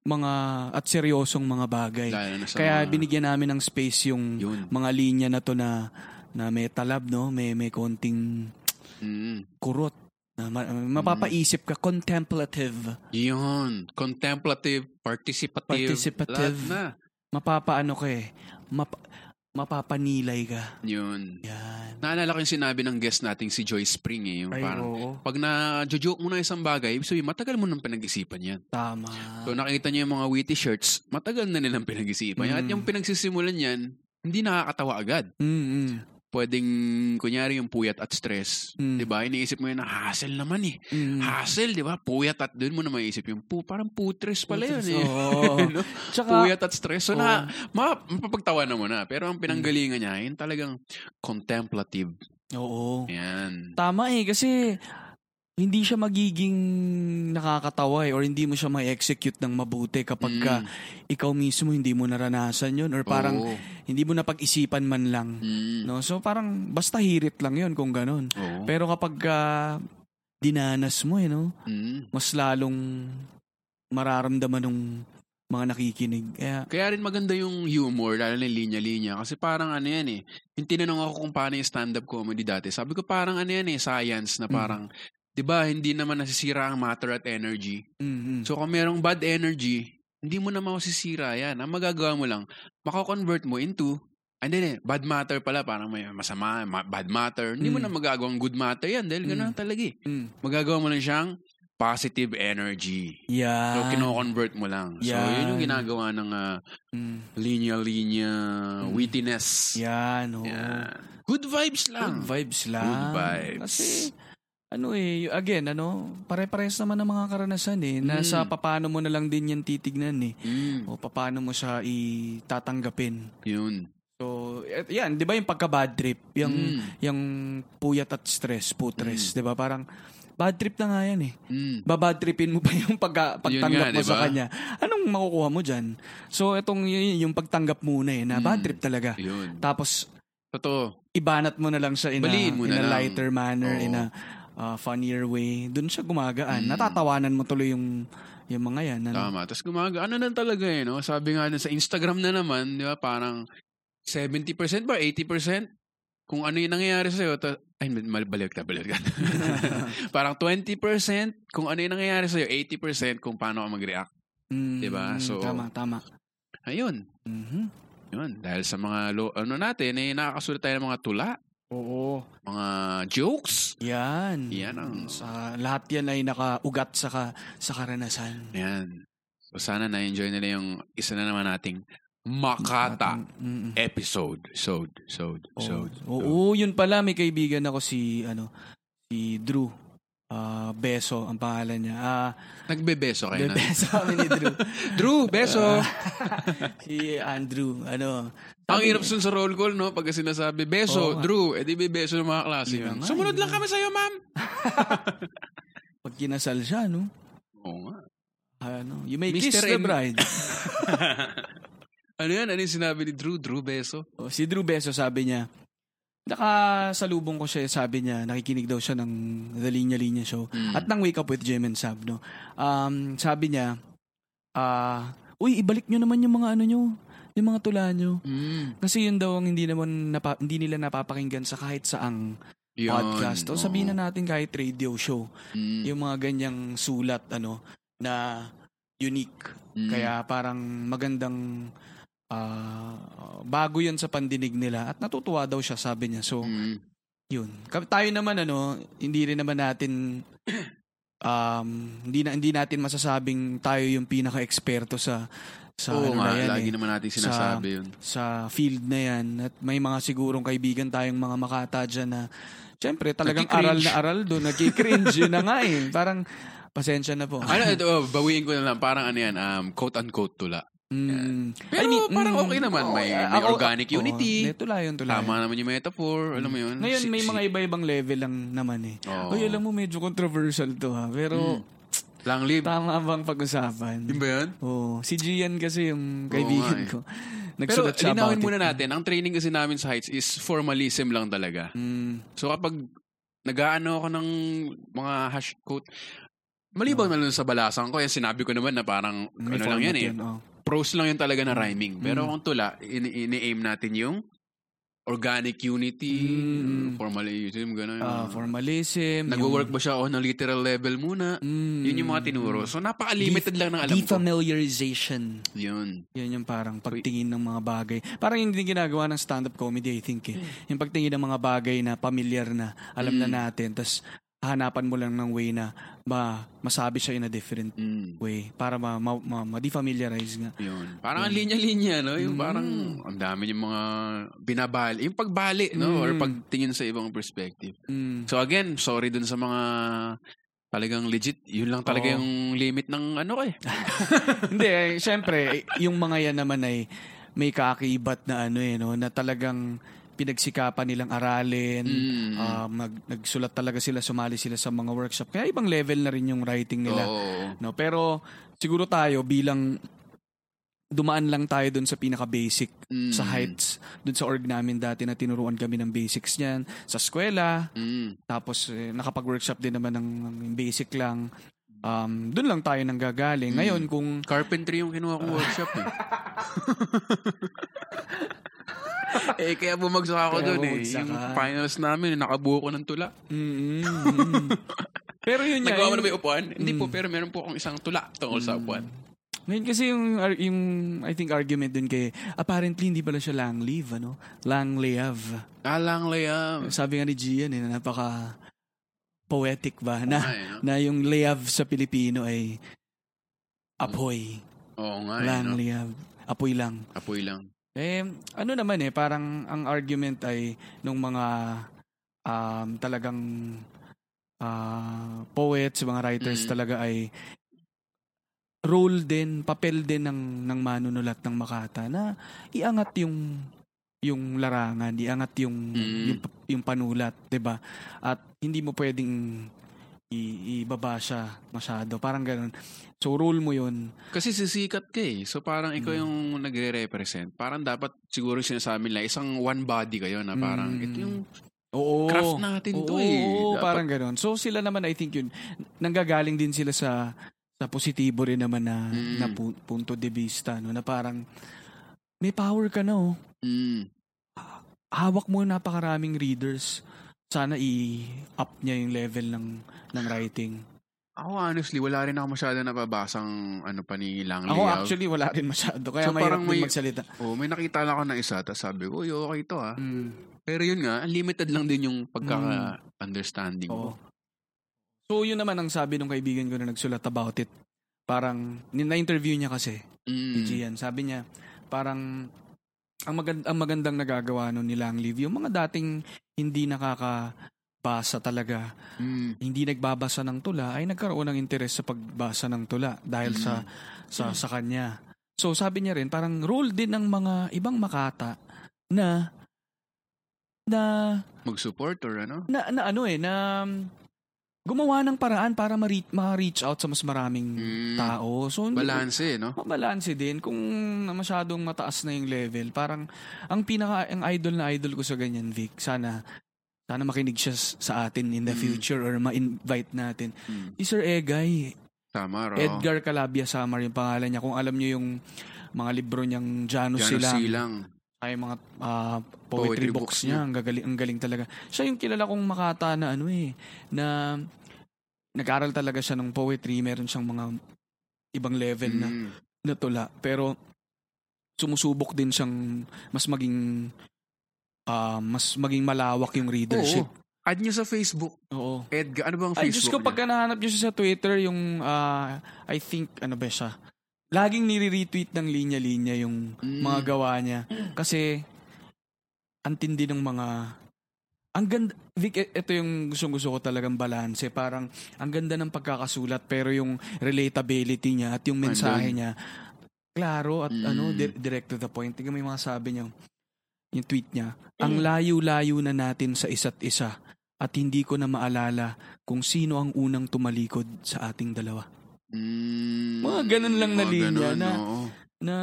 [SPEAKER 2] mga at seryosong mga bagay.
[SPEAKER 1] Lalo na sa
[SPEAKER 2] Kaya
[SPEAKER 1] mga-
[SPEAKER 2] binigyan namin ng space yung
[SPEAKER 1] Yun.
[SPEAKER 2] mga linya na to na na may talab no may may konting
[SPEAKER 1] Mm.
[SPEAKER 2] kurot na ma- mapapaisip ka contemplative
[SPEAKER 1] Yun. Contemplative, participative.
[SPEAKER 2] Participative.
[SPEAKER 1] Lahat na.
[SPEAKER 2] mapapaano ka eh map- mapapanilay ka
[SPEAKER 1] Yun.
[SPEAKER 2] yan
[SPEAKER 1] Naalala ko yung sinabi ng guest nating si Joy Spring eh. Yung
[SPEAKER 2] ay
[SPEAKER 1] parang,
[SPEAKER 2] oo
[SPEAKER 1] pag na-joke mo na isang bagay, ibig sabihin, matagal mo nang pinag-isipan yan.
[SPEAKER 2] tama
[SPEAKER 1] So
[SPEAKER 2] Ah.
[SPEAKER 1] nakikita niyo yung mga witty shirts, matagal na nilang pinag-isipan. yan. At
[SPEAKER 2] Mm.
[SPEAKER 1] yung pinagsisimulan niyan, hindi nakakatawa agad.
[SPEAKER 2] mm
[SPEAKER 1] Pwedeng, kunyari yung puyat at stress. 'Di
[SPEAKER 2] Mm.
[SPEAKER 1] ba? Iniisip mo yun na hassle naman eh.
[SPEAKER 2] mm.
[SPEAKER 1] Hassle, 'di ba? Puyat at doon mo na maiisip yung pu, parang putres pala yun eh.
[SPEAKER 2] Oo.
[SPEAKER 1] No?
[SPEAKER 2] tsaka
[SPEAKER 1] Puyat ah. at stress. So na, ma, mapapagtawa na mo na. Pero ang pinanggalingan
[SPEAKER 2] Mm.
[SPEAKER 1] niya, yun talagang contemplative.
[SPEAKER 2] oo
[SPEAKER 1] Yan.
[SPEAKER 2] tama eh kasi hindi siya magiging nakakatawa eh, or hindi mo siya ma-execute ng mabuti kapag ka
[SPEAKER 1] Mm.
[SPEAKER 2] ikaw mismo hindi mo naranasan yun or parang
[SPEAKER 1] Oo.
[SPEAKER 2] hindi mo napag-isipan man lang
[SPEAKER 1] Mm.
[SPEAKER 2] No, so parang basta hirit lang 'yon kung ganun.
[SPEAKER 1] Oo.
[SPEAKER 2] Pero kapag ah, dinanas mo eh, no,
[SPEAKER 1] Mm.
[SPEAKER 2] mas lalong mararamdaman ng mga nakikinig. Kaya
[SPEAKER 1] Kaya rin maganda yung humor, lalo na yung linya-linya. Kasi parang ano yan eh. Yung tinanong ako kung paano yung stand-up comedy dati. Sabi ko parang ano yan eh, science
[SPEAKER 2] Mm.
[SPEAKER 1] na parang, di ba, hindi naman nasisira ang matter at energy.
[SPEAKER 2] mm
[SPEAKER 1] So kung merong bad energy, hindi mo na masisira yan. Ang magagawa mo lang, makakonvert mo into, and then eh, bad matter pala, parang may masama, ma- bad matter. Hindi mo na
[SPEAKER 2] Mm.
[SPEAKER 1] magagawang good matter yan dahil gano'n
[SPEAKER 2] Mm.
[SPEAKER 1] talaga eh.
[SPEAKER 2] mm,
[SPEAKER 1] Magagawa mo lang siyang positive energy.
[SPEAKER 2] Yeah.
[SPEAKER 1] So, kino-convert mo lang. So, yun yung
[SPEAKER 2] Yan.
[SPEAKER 1] ginagawa ng ah,
[SPEAKER 2] Mm.
[SPEAKER 1] linya-linya, wittiness.
[SPEAKER 2] Yan, Mm. oo.
[SPEAKER 1] Yan. Good vibes
[SPEAKER 2] Good
[SPEAKER 1] lang.
[SPEAKER 2] vibes
[SPEAKER 1] Ah,
[SPEAKER 2] lang.
[SPEAKER 1] Good vibes.
[SPEAKER 2] Kasi, ano eh, y- again, ano, pare-pares naman ng mga karanasan eh. Nasa papano mo na lang din yan titignan eh.
[SPEAKER 1] Mm,
[SPEAKER 2] O papano mo siya itatanggapin.
[SPEAKER 1] yun.
[SPEAKER 2] So, et- yan, di ba yung pagka-bad trip? Yung,
[SPEAKER 1] Mm.
[SPEAKER 2] yung puyat at stress, putres, di ba? Parang, bad trip na nga yan eh.
[SPEAKER 1] Mm.
[SPEAKER 2] babad tripin mo pa yung pagka,
[SPEAKER 1] nga,
[SPEAKER 2] pagtanggap mo sa
[SPEAKER 1] diba?
[SPEAKER 2] kanya. Anong makukuha mo dyan? So, itong y- yung pagtanggap muna eh, na bad
[SPEAKER 1] Mm.
[SPEAKER 2] trip talaga.
[SPEAKER 1] Yun.
[SPEAKER 2] Tapos,
[SPEAKER 1] Totoo.
[SPEAKER 2] ibanat mo na lang siya in a,
[SPEAKER 1] Baliin mo
[SPEAKER 2] in
[SPEAKER 1] na
[SPEAKER 2] a
[SPEAKER 1] lang.
[SPEAKER 2] lighter manner,
[SPEAKER 1] Oo.
[SPEAKER 2] in a uh, funnier way. Doon siya
[SPEAKER 1] Mm.
[SPEAKER 2] gumagaan. Natatawanan mo tuloy yung, yung mga yan. Ano?
[SPEAKER 1] Tama. Tapos gumaga, ano na talaga eh, no? Sabi nga na sa Instagram na naman, di ba, parang 70% ba, 80%? Kung ano yung nangyayari sa'yo, ta- ay, mal- balik na, balik na. parang 20% kung ano yung nangyayari sa'yo, 80% kung paano ka mag-react.
[SPEAKER 2] Mm,
[SPEAKER 1] Diba? So-
[SPEAKER 2] tama, tama.
[SPEAKER 1] Ayun.
[SPEAKER 2] Mhm.
[SPEAKER 1] Yun. Dahil sa mga, lo- ano natin, eh, nakakasulat tayo ng mga tula,
[SPEAKER 2] Oo.
[SPEAKER 1] mga jokes.
[SPEAKER 2] Yan.
[SPEAKER 1] Yan ang-
[SPEAKER 2] Sa, lahat yan ay nakaugat sa, ka, sa karanasan.
[SPEAKER 1] Ayan. So, sana na-enjoy nila yung isa na naman nating Makata
[SPEAKER 2] Mm-mm.
[SPEAKER 1] episode. Sode, sode,
[SPEAKER 2] Mm, Oo,
[SPEAKER 1] sode.
[SPEAKER 2] oo, yun pala may kaibigan ako si ano si Drew. Ah, Beso ang pangalan niya. Ah,
[SPEAKER 1] Nagbebeso kayo
[SPEAKER 2] De
[SPEAKER 1] na.
[SPEAKER 2] Beso kami ni Drew.
[SPEAKER 1] Drew, beso.
[SPEAKER 2] Ah, si Andrew, ano.
[SPEAKER 1] Ang hirap sun sa roll call, no? Pag sinasabi, beso,
[SPEAKER 2] Oo nga.
[SPEAKER 1] Drew, edi may beso ng mga klase.
[SPEAKER 2] Yun
[SPEAKER 1] yun.
[SPEAKER 2] nga,
[SPEAKER 1] Sumunod
[SPEAKER 2] yun
[SPEAKER 1] lang
[SPEAKER 2] nga.
[SPEAKER 1] kami sa'yo, ma'am.
[SPEAKER 2] Pag kinasal siya, no?
[SPEAKER 1] Oo nga.
[SPEAKER 2] Ano, you may
[SPEAKER 1] Mr.
[SPEAKER 2] kiss the
[SPEAKER 1] and-
[SPEAKER 2] bride.
[SPEAKER 1] Ano yan? Ano yung sinabi ni Drew? Drew, beso.
[SPEAKER 2] Oh, si Drew Beso sabi niya, nakasalubong ko siya, sabi niya, nakikinig daw siya ng The Linya Linya Show.
[SPEAKER 1] Mm.
[SPEAKER 2] Hmm. At nang Wake Up with Jem and Sab, no? Um, sabi niya, ah, uy, ibalik nyo naman yung mga ano nyo, yung mga tula nyo.
[SPEAKER 1] Mm.
[SPEAKER 2] Kasi yun daw ang hindi naman napa- hindi nila napapakinggan sa kahit saang
[SPEAKER 1] Yun.
[SPEAKER 2] podcast.
[SPEAKER 1] Oo.
[SPEAKER 2] O sabihin na natin kahit radio show,
[SPEAKER 1] Mm.
[SPEAKER 2] yung mga ganyang sulat ano na unique.
[SPEAKER 1] Mm.
[SPEAKER 2] Kaya parang magandang ah, bago yun sa pandinig nila at natutuwa daw siya sabi niya. So,
[SPEAKER 1] Mm.
[SPEAKER 2] yun. Ka- Tayo naman ano, hindi rin naman natin um hindi na hindi natin masasabing tayo yung pinaka-eksperto sa sa
[SPEAKER 1] Oo
[SPEAKER 2] ano
[SPEAKER 1] nga,
[SPEAKER 2] na yan,
[SPEAKER 1] lagi
[SPEAKER 2] eh
[SPEAKER 1] naman natin sinasabi yun.
[SPEAKER 2] sa field na yan at may mga sigurong kaibigan tayong mga makata dyan na syempre talagang
[SPEAKER 1] Nagki-cringe.
[SPEAKER 2] aral na aral doon nagki-cringe yun na nga eh parang pasensya na po
[SPEAKER 1] Ano, ito, oh, bawiin ko na lang. Parang ano yan, um, quote-unquote tula.
[SPEAKER 2] Mm. Eh,
[SPEAKER 1] Pero parang okay naman, may- may
[SPEAKER 2] ako- oh,
[SPEAKER 1] organic
[SPEAKER 2] oo,
[SPEAKER 1] unity.
[SPEAKER 2] may tulayan, tulayan.
[SPEAKER 1] Tama naman yung metaphor. Alam mo yun?
[SPEAKER 2] Mm. Ngayon,
[SPEAKER 1] Si-
[SPEAKER 2] may
[SPEAKER 1] si-
[SPEAKER 2] mga iba-ibang level lang naman eh.
[SPEAKER 1] Oo. Hmm.
[SPEAKER 2] Uy, alam mo, medyo controversial to ha. Pero,
[SPEAKER 1] Lang live.
[SPEAKER 2] tama bang pag-usapan?
[SPEAKER 1] Yun ba yun?
[SPEAKER 2] Oo. Si Gian kasi yung kaibigan
[SPEAKER 1] nga eh.
[SPEAKER 2] ko.
[SPEAKER 1] Pero
[SPEAKER 2] Nagsulat siya about
[SPEAKER 1] linawin
[SPEAKER 2] it.
[SPEAKER 1] muna natin, ang training kasi namin sa Heights is formalism lang talaga.
[SPEAKER 2] Mm.
[SPEAKER 1] So kapag nag-aano ako ng mga hash quote, malibang na lang sa balasan ko, eh, sinabi ko naman na parang
[SPEAKER 2] Oh. May
[SPEAKER 1] ano lang yan eh.
[SPEAKER 2] format oo.
[SPEAKER 1] Prose lang yan talaga
[SPEAKER 2] Mm.
[SPEAKER 1] na rhyming. Pero kung tula, ini- ini-aim natin yung organic unity,
[SPEAKER 2] Mm.
[SPEAKER 1] formalism, gano'n.
[SPEAKER 2] Ah, formalism.
[SPEAKER 1] Nag-work ba siya on a literal level muna?
[SPEAKER 2] Mm.
[SPEAKER 1] Yun yung mga tinuro. So napaka-limited lang ng alam ko.
[SPEAKER 2] Defamiliarization.
[SPEAKER 1] Yun.
[SPEAKER 2] Yun yung parang pagtingin ng mga bagay. Parang yun din ginagawa ng stand-up comedy, I think. Eh. Yung pagtingin ng mga bagay na pamilyar na, alam
[SPEAKER 1] Hmm.
[SPEAKER 2] na natin. Tapos hahanapan mo lang ng way na ma, masabi siya in a different
[SPEAKER 1] Mm.
[SPEAKER 2] way para ma, ma, ma, ma-defamiliarize nga.
[SPEAKER 1] Yun. Parang ang linya-linya, no? Yung
[SPEAKER 2] Mm.
[SPEAKER 1] parang, ang dami yung mga binabali. Yung pagbali, no? Or pagtingin sa ibang perspective.
[SPEAKER 2] Mm.
[SPEAKER 1] So again, sorry dun sa mga talagang legit. Yun lang talaga
[SPEAKER 2] Oo.
[SPEAKER 1] yung limit ng ano ko eh.
[SPEAKER 2] Hindi, eh, syempre, yung mga yan naman ay may kakibat na ano eh, no? na talagang pinagsikapan nilang aralin,
[SPEAKER 1] Mm.
[SPEAKER 2] ah, mag- nagsulat talaga sila, sumali sila sa mga workshop. Kaya ibang level na rin yung writing nila.
[SPEAKER 1] Oo.
[SPEAKER 2] No, pero siguro tayo bilang dumaan lang tayo dun sa pinaka basic
[SPEAKER 1] Mm.
[SPEAKER 2] sa heights dun sa org namin dati na tinuruan kami ng basics niyan sa eskwela
[SPEAKER 1] Mm.
[SPEAKER 2] tapos eh, nakapag-workshop din naman ng, ng basic lang um dun lang tayo nang gagaling ngayon kung
[SPEAKER 1] Carpentry yung kinuha kong workshop eh. eh, kaya bumagsak ako
[SPEAKER 2] Kaya
[SPEAKER 1] doon eh.
[SPEAKER 2] bumagsak
[SPEAKER 1] Yung
[SPEAKER 2] ka.
[SPEAKER 1] finals namin, nakabuo ko ng tula.
[SPEAKER 2] Mm, mm. pero yun nga,
[SPEAKER 1] Nagawa mo
[SPEAKER 2] yun-
[SPEAKER 1] na ba yung upuan? Hindi
[SPEAKER 2] Mm.
[SPEAKER 1] po, pero meron po akong isang tula tungkol sa upuan.
[SPEAKER 2] Ngayon kasi yung, ar- yung I think argument dun kay apparently hindi pala siya lang live ano lang live
[SPEAKER 1] Alang layam.
[SPEAKER 2] sabi nga ni Gian eh na napaka poetic ba na
[SPEAKER 1] nga eh, no?
[SPEAKER 2] na yung liyav sa Pilipino ay apoy.
[SPEAKER 1] Oo nga, eh,
[SPEAKER 2] Walang
[SPEAKER 1] no?
[SPEAKER 2] liyav. Apoy lang.
[SPEAKER 1] Apoy lang.
[SPEAKER 2] Eh, ano naman eh, parang ang argument ay nung mga um, talagang ah, poets, mga writers
[SPEAKER 1] Mm.
[SPEAKER 2] talaga ay role din, papel din ng, ng manunulat ng Makata na iangat yung yung larangan, iangat yung
[SPEAKER 1] Mm.
[SPEAKER 2] yung, yung panulat, 'di ba? At hindi mo pwedeng i- ibaba siya masyado, parang ganun. So rule mo 'yun.
[SPEAKER 1] Kasi sisikat ka eh. So parang ikaw
[SPEAKER 2] Mm.
[SPEAKER 1] yung nagre-represent. Parang dapat siguro yung sinasabi nila, isang one body kayo na parang
[SPEAKER 2] Mm.
[SPEAKER 1] ito yung
[SPEAKER 2] Oo.
[SPEAKER 1] craft natin to
[SPEAKER 2] Oo,
[SPEAKER 1] eh.
[SPEAKER 2] oo,
[SPEAKER 1] Dapat-
[SPEAKER 2] parang ganun. So sila naman I think yun nanggagaling din sila sa sa positibo rin naman na
[SPEAKER 1] Mm.
[SPEAKER 2] na pu- punto de vista no na parang may power ka na oh.
[SPEAKER 1] Mm.
[SPEAKER 2] Hawak mo napakaraming readers. Sana i-up niya yung level ng ng writing.
[SPEAKER 1] Ako honestly, wala rin ako masyado napabasang ano pa ni Lang
[SPEAKER 2] Ako
[SPEAKER 1] Liao.
[SPEAKER 2] actually wala rin masyado kaya
[SPEAKER 1] So,
[SPEAKER 2] mahirap
[SPEAKER 1] parang
[SPEAKER 2] din
[SPEAKER 1] may-
[SPEAKER 2] magsalita.
[SPEAKER 1] Oo, may nakita lang ako na isa, tapos sabi ko, "Uy, okay ito ah.
[SPEAKER 2] Mm.
[SPEAKER 1] Pero yun nga, limited lang din yung pagkaka-understanding mo.
[SPEAKER 2] Oo. So yun naman ang sabi ng kaibigan ko na nagsulat about it. Parang na-interview niya kasi. ni
[SPEAKER 1] Mm.
[SPEAKER 2] Gian. Sabi niya, parang ang, magand- ang magandang nagagawa nun nila ang Liv, yung mga dating hindi nakakabasa talaga,
[SPEAKER 1] Mm.
[SPEAKER 2] hindi nagbabasa ng tula, ay nagkaroon ng interes sa pagbasa ng tula dahil
[SPEAKER 1] Mm.
[SPEAKER 2] sa, sa, sa kanya. So sabi niya rin, parang role din ng mga ibang makata na na
[SPEAKER 1] Mag-support or ano?
[SPEAKER 2] na, na ano eh, na um, gumawa ng paraan para ma-reach, ma-reach out sa mas maraming
[SPEAKER 1] Mm.
[SPEAKER 2] tao. So, hindi-
[SPEAKER 1] Balanse, eh, no?
[SPEAKER 2] mabalanse din kung masyadong mataas na yung level. Parang ang pinaka ang idol na idol ko sa ganyan Vic, sana sana makinig siya s- sa atin in the
[SPEAKER 1] Mm.
[SPEAKER 2] future or ma-invite natin.
[SPEAKER 1] Mm.
[SPEAKER 2] Si Sir Egay,
[SPEAKER 1] Tama, raw.
[SPEAKER 2] Edgar Calabia Samar yung pangalan niya. Kung alam niyo yung mga libro niyang Janus
[SPEAKER 1] Janus
[SPEAKER 2] Silang,
[SPEAKER 1] Silang.
[SPEAKER 2] ay mga ah, poetry,
[SPEAKER 1] Poetry
[SPEAKER 2] books
[SPEAKER 1] books
[SPEAKER 2] niya, ang gagaling, ang galing talaga. Siya yung kilala kong makata na ano eh, na nag-aral talaga siya ng poetry, meron siyang mga ibang level na
[SPEAKER 1] Mm.
[SPEAKER 2] natula. Pero sumusubok din siyang mas maging ah, mas maging malawak yung readership.
[SPEAKER 1] Oo. Add nyo sa Facebook.
[SPEAKER 2] Oo.
[SPEAKER 1] Edgar, ano bang
[SPEAKER 2] Ay,
[SPEAKER 1] Facebook
[SPEAKER 2] Diyos ko,
[SPEAKER 1] niya?
[SPEAKER 2] pagka nahanap niyo siya sa Twitter, yung, ah, I think, ano ba siya, laging nire-retweet ng linya-linya yung
[SPEAKER 1] Mm.
[SPEAKER 2] mga gawa niya. Kasi, antindi ng mga, ang ganda, Vic, e- ito yung gusto, gusto ko talagang balance. Parang, ang ganda ng pagkakasulat, pero yung relatability niya at yung mensahe
[SPEAKER 1] Andun.
[SPEAKER 2] niya, klaro at
[SPEAKER 1] Mm.
[SPEAKER 2] ano, di- direct to the point. Tingnan mo yung mga sabi niya, yung tweet niya, ang
[SPEAKER 1] Mm.
[SPEAKER 2] layo-layo na natin sa isa't isa at hindi ko na maalala kung sino ang unang tumalikod sa ating dalawa.
[SPEAKER 1] Mm.
[SPEAKER 2] Mga ganun lang na
[SPEAKER 1] Mga
[SPEAKER 2] linya
[SPEAKER 1] ganun,
[SPEAKER 2] na-
[SPEAKER 1] oo.
[SPEAKER 2] Na,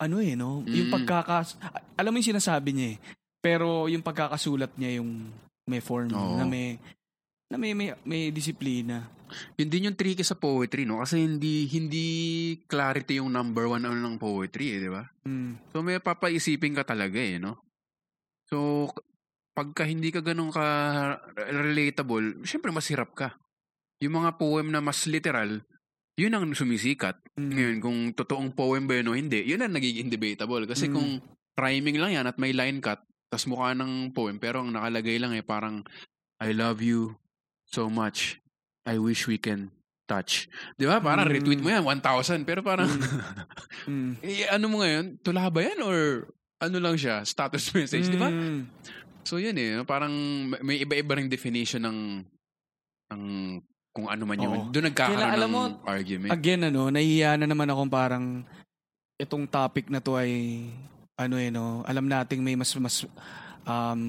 [SPEAKER 2] ano eh, no? Yung
[SPEAKER 1] Mm.
[SPEAKER 2] pagkakas... a- Alam mo yung sinasabi niya eh. Pero yung pagkakasulat niya yung may form,
[SPEAKER 1] Oo.
[SPEAKER 2] na may na may, may, may disiplina.
[SPEAKER 1] Yun din yung tricky sa poetry, no? Kasi hindi hindi clarity yung number one ano ng poetry, eh, di ba?
[SPEAKER 2] Mm.
[SPEAKER 1] So may papaisipin ka talaga, eh, no? So k- pagka hindi ka ganun ka relatable, syempre mas hirap ka. Yung mga poem na mas literal, yun ang sumisikat.
[SPEAKER 2] Mm.
[SPEAKER 1] Ngayon, kung totoong poem ba yun o hindi, yun ang nagiging debatable. Kasi
[SPEAKER 2] Mm.
[SPEAKER 1] kung rhyming lang yan at may line cut, tas mukha ng poem, pero ang nakalagay lang eh, parang, I love you so much. I wish we can touch. Di ba? Parang
[SPEAKER 2] Mm.
[SPEAKER 1] retweet mo yan, 1,000. Pero parang,
[SPEAKER 2] Mm.
[SPEAKER 1] eh, ano mo ngayon? Tula ba yan? Or ano lang siya? Status message, di ba?
[SPEAKER 2] Mm.
[SPEAKER 1] So yun eh, no? parang may- may iba-iba ring definition ng ng kung ano man yun.
[SPEAKER 2] Oo.
[SPEAKER 1] Doon nagkakaroon
[SPEAKER 2] Kailan- alam
[SPEAKER 1] ng
[SPEAKER 2] mo-
[SPEAKER 1] argument.
[SPEAKER 2] Again, ano, nahihiya na naman akong parang itong topic na to ay ano eh, no? Alam nating may mas mas um,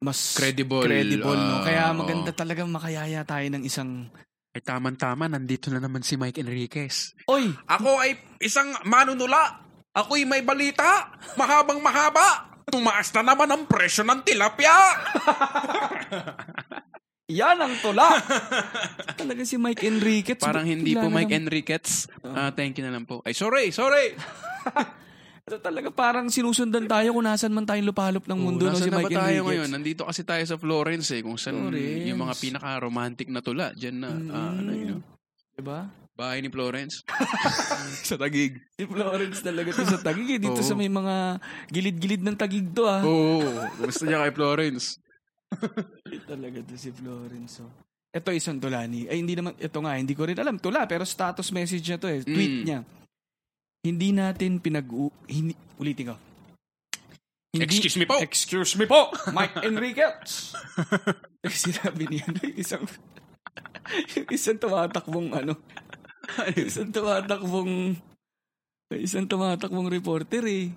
[SPEAKER 2] mas
[SPEAKER 1] credible.
[SPEAKER 2] credible, no?
[SPEAKER 1] ah,
[SPEAKER 2] Kaya maganda
[SPEAKER 1] oo.
[SPEAKER 2] talaga makayaya tayo ng isang...
[SPEAKER 1] Ay, tama-tama, Eh, nandito na naman si Mike Enriquez.
[SPEAKER 2] Oy!
[SPEAKER 1] Ako ay isang manunula. Ako'y may balita. Mahabang mahaba. Tumaas na naman ang presyo ng tilapia.
[SPEAKER 2] Yan ang tula! talaga si Mike Enriquez.
[SPEAKER 1] Parang hindi po Mike Enriquez. Ah, thank you na lang po. Ay, sorry, sorry.
[SPEAKER 2] Enriquez. Talaga parang sinusundan tayo kung nasan man tayong lupalop ng mundo, no?
[SPEAKER 1] Oh, Nasaan
[SPEAKER 2] Si
[SPEAKER 1] na
[SPEAKER 2] Mike
[SPEAKER 1] ba tayo
[SPEAKER 2] Enriquez.
[SPEAKER 1] ngayon? Nandito kasi tayo sa Florence eh, kung saan
[SPEAKER 2] Florence. Mm-hmm.
[SPEAKER 1] yung mga pinaka-romantic na tula. Diyan na, ah, ano, you know,
[SPEAKER 2] Diba?
[SPEAKER 1] bahay ni Florence. sa Tagig.
[SPEAKER 2] Si Florence talaga to sa tagig. eh.
[SPEAKER 1] Oo.
[SPEAKER 2] Dito sa may mga gilid-gilid ng tagig to, ah.
[SPEAKER 1] Oo, oh, gusto niya kay Florence.
[SPEAKER 2] Talaga to si Florence. oh. Ito isang tula ni. Ay, hindi naman, ito nga, hindi ko rin alam. Tula, pero status message niya to eh. Tweet
[SPEAKER 1] Mm.
[SPEAKER 2] niya. Hindi natin pinag... u- Hindi, ulitin ko. Hindi-
[SPEAKER 1] Excuse me po.
[SPEAKER 2] Excuse me po, Mike Enriquez. Sinabi niya, ano, yung isang, yung isang tumatakbong ano, yung isang tumatakbong, yung isang tumatakbong reporter eh.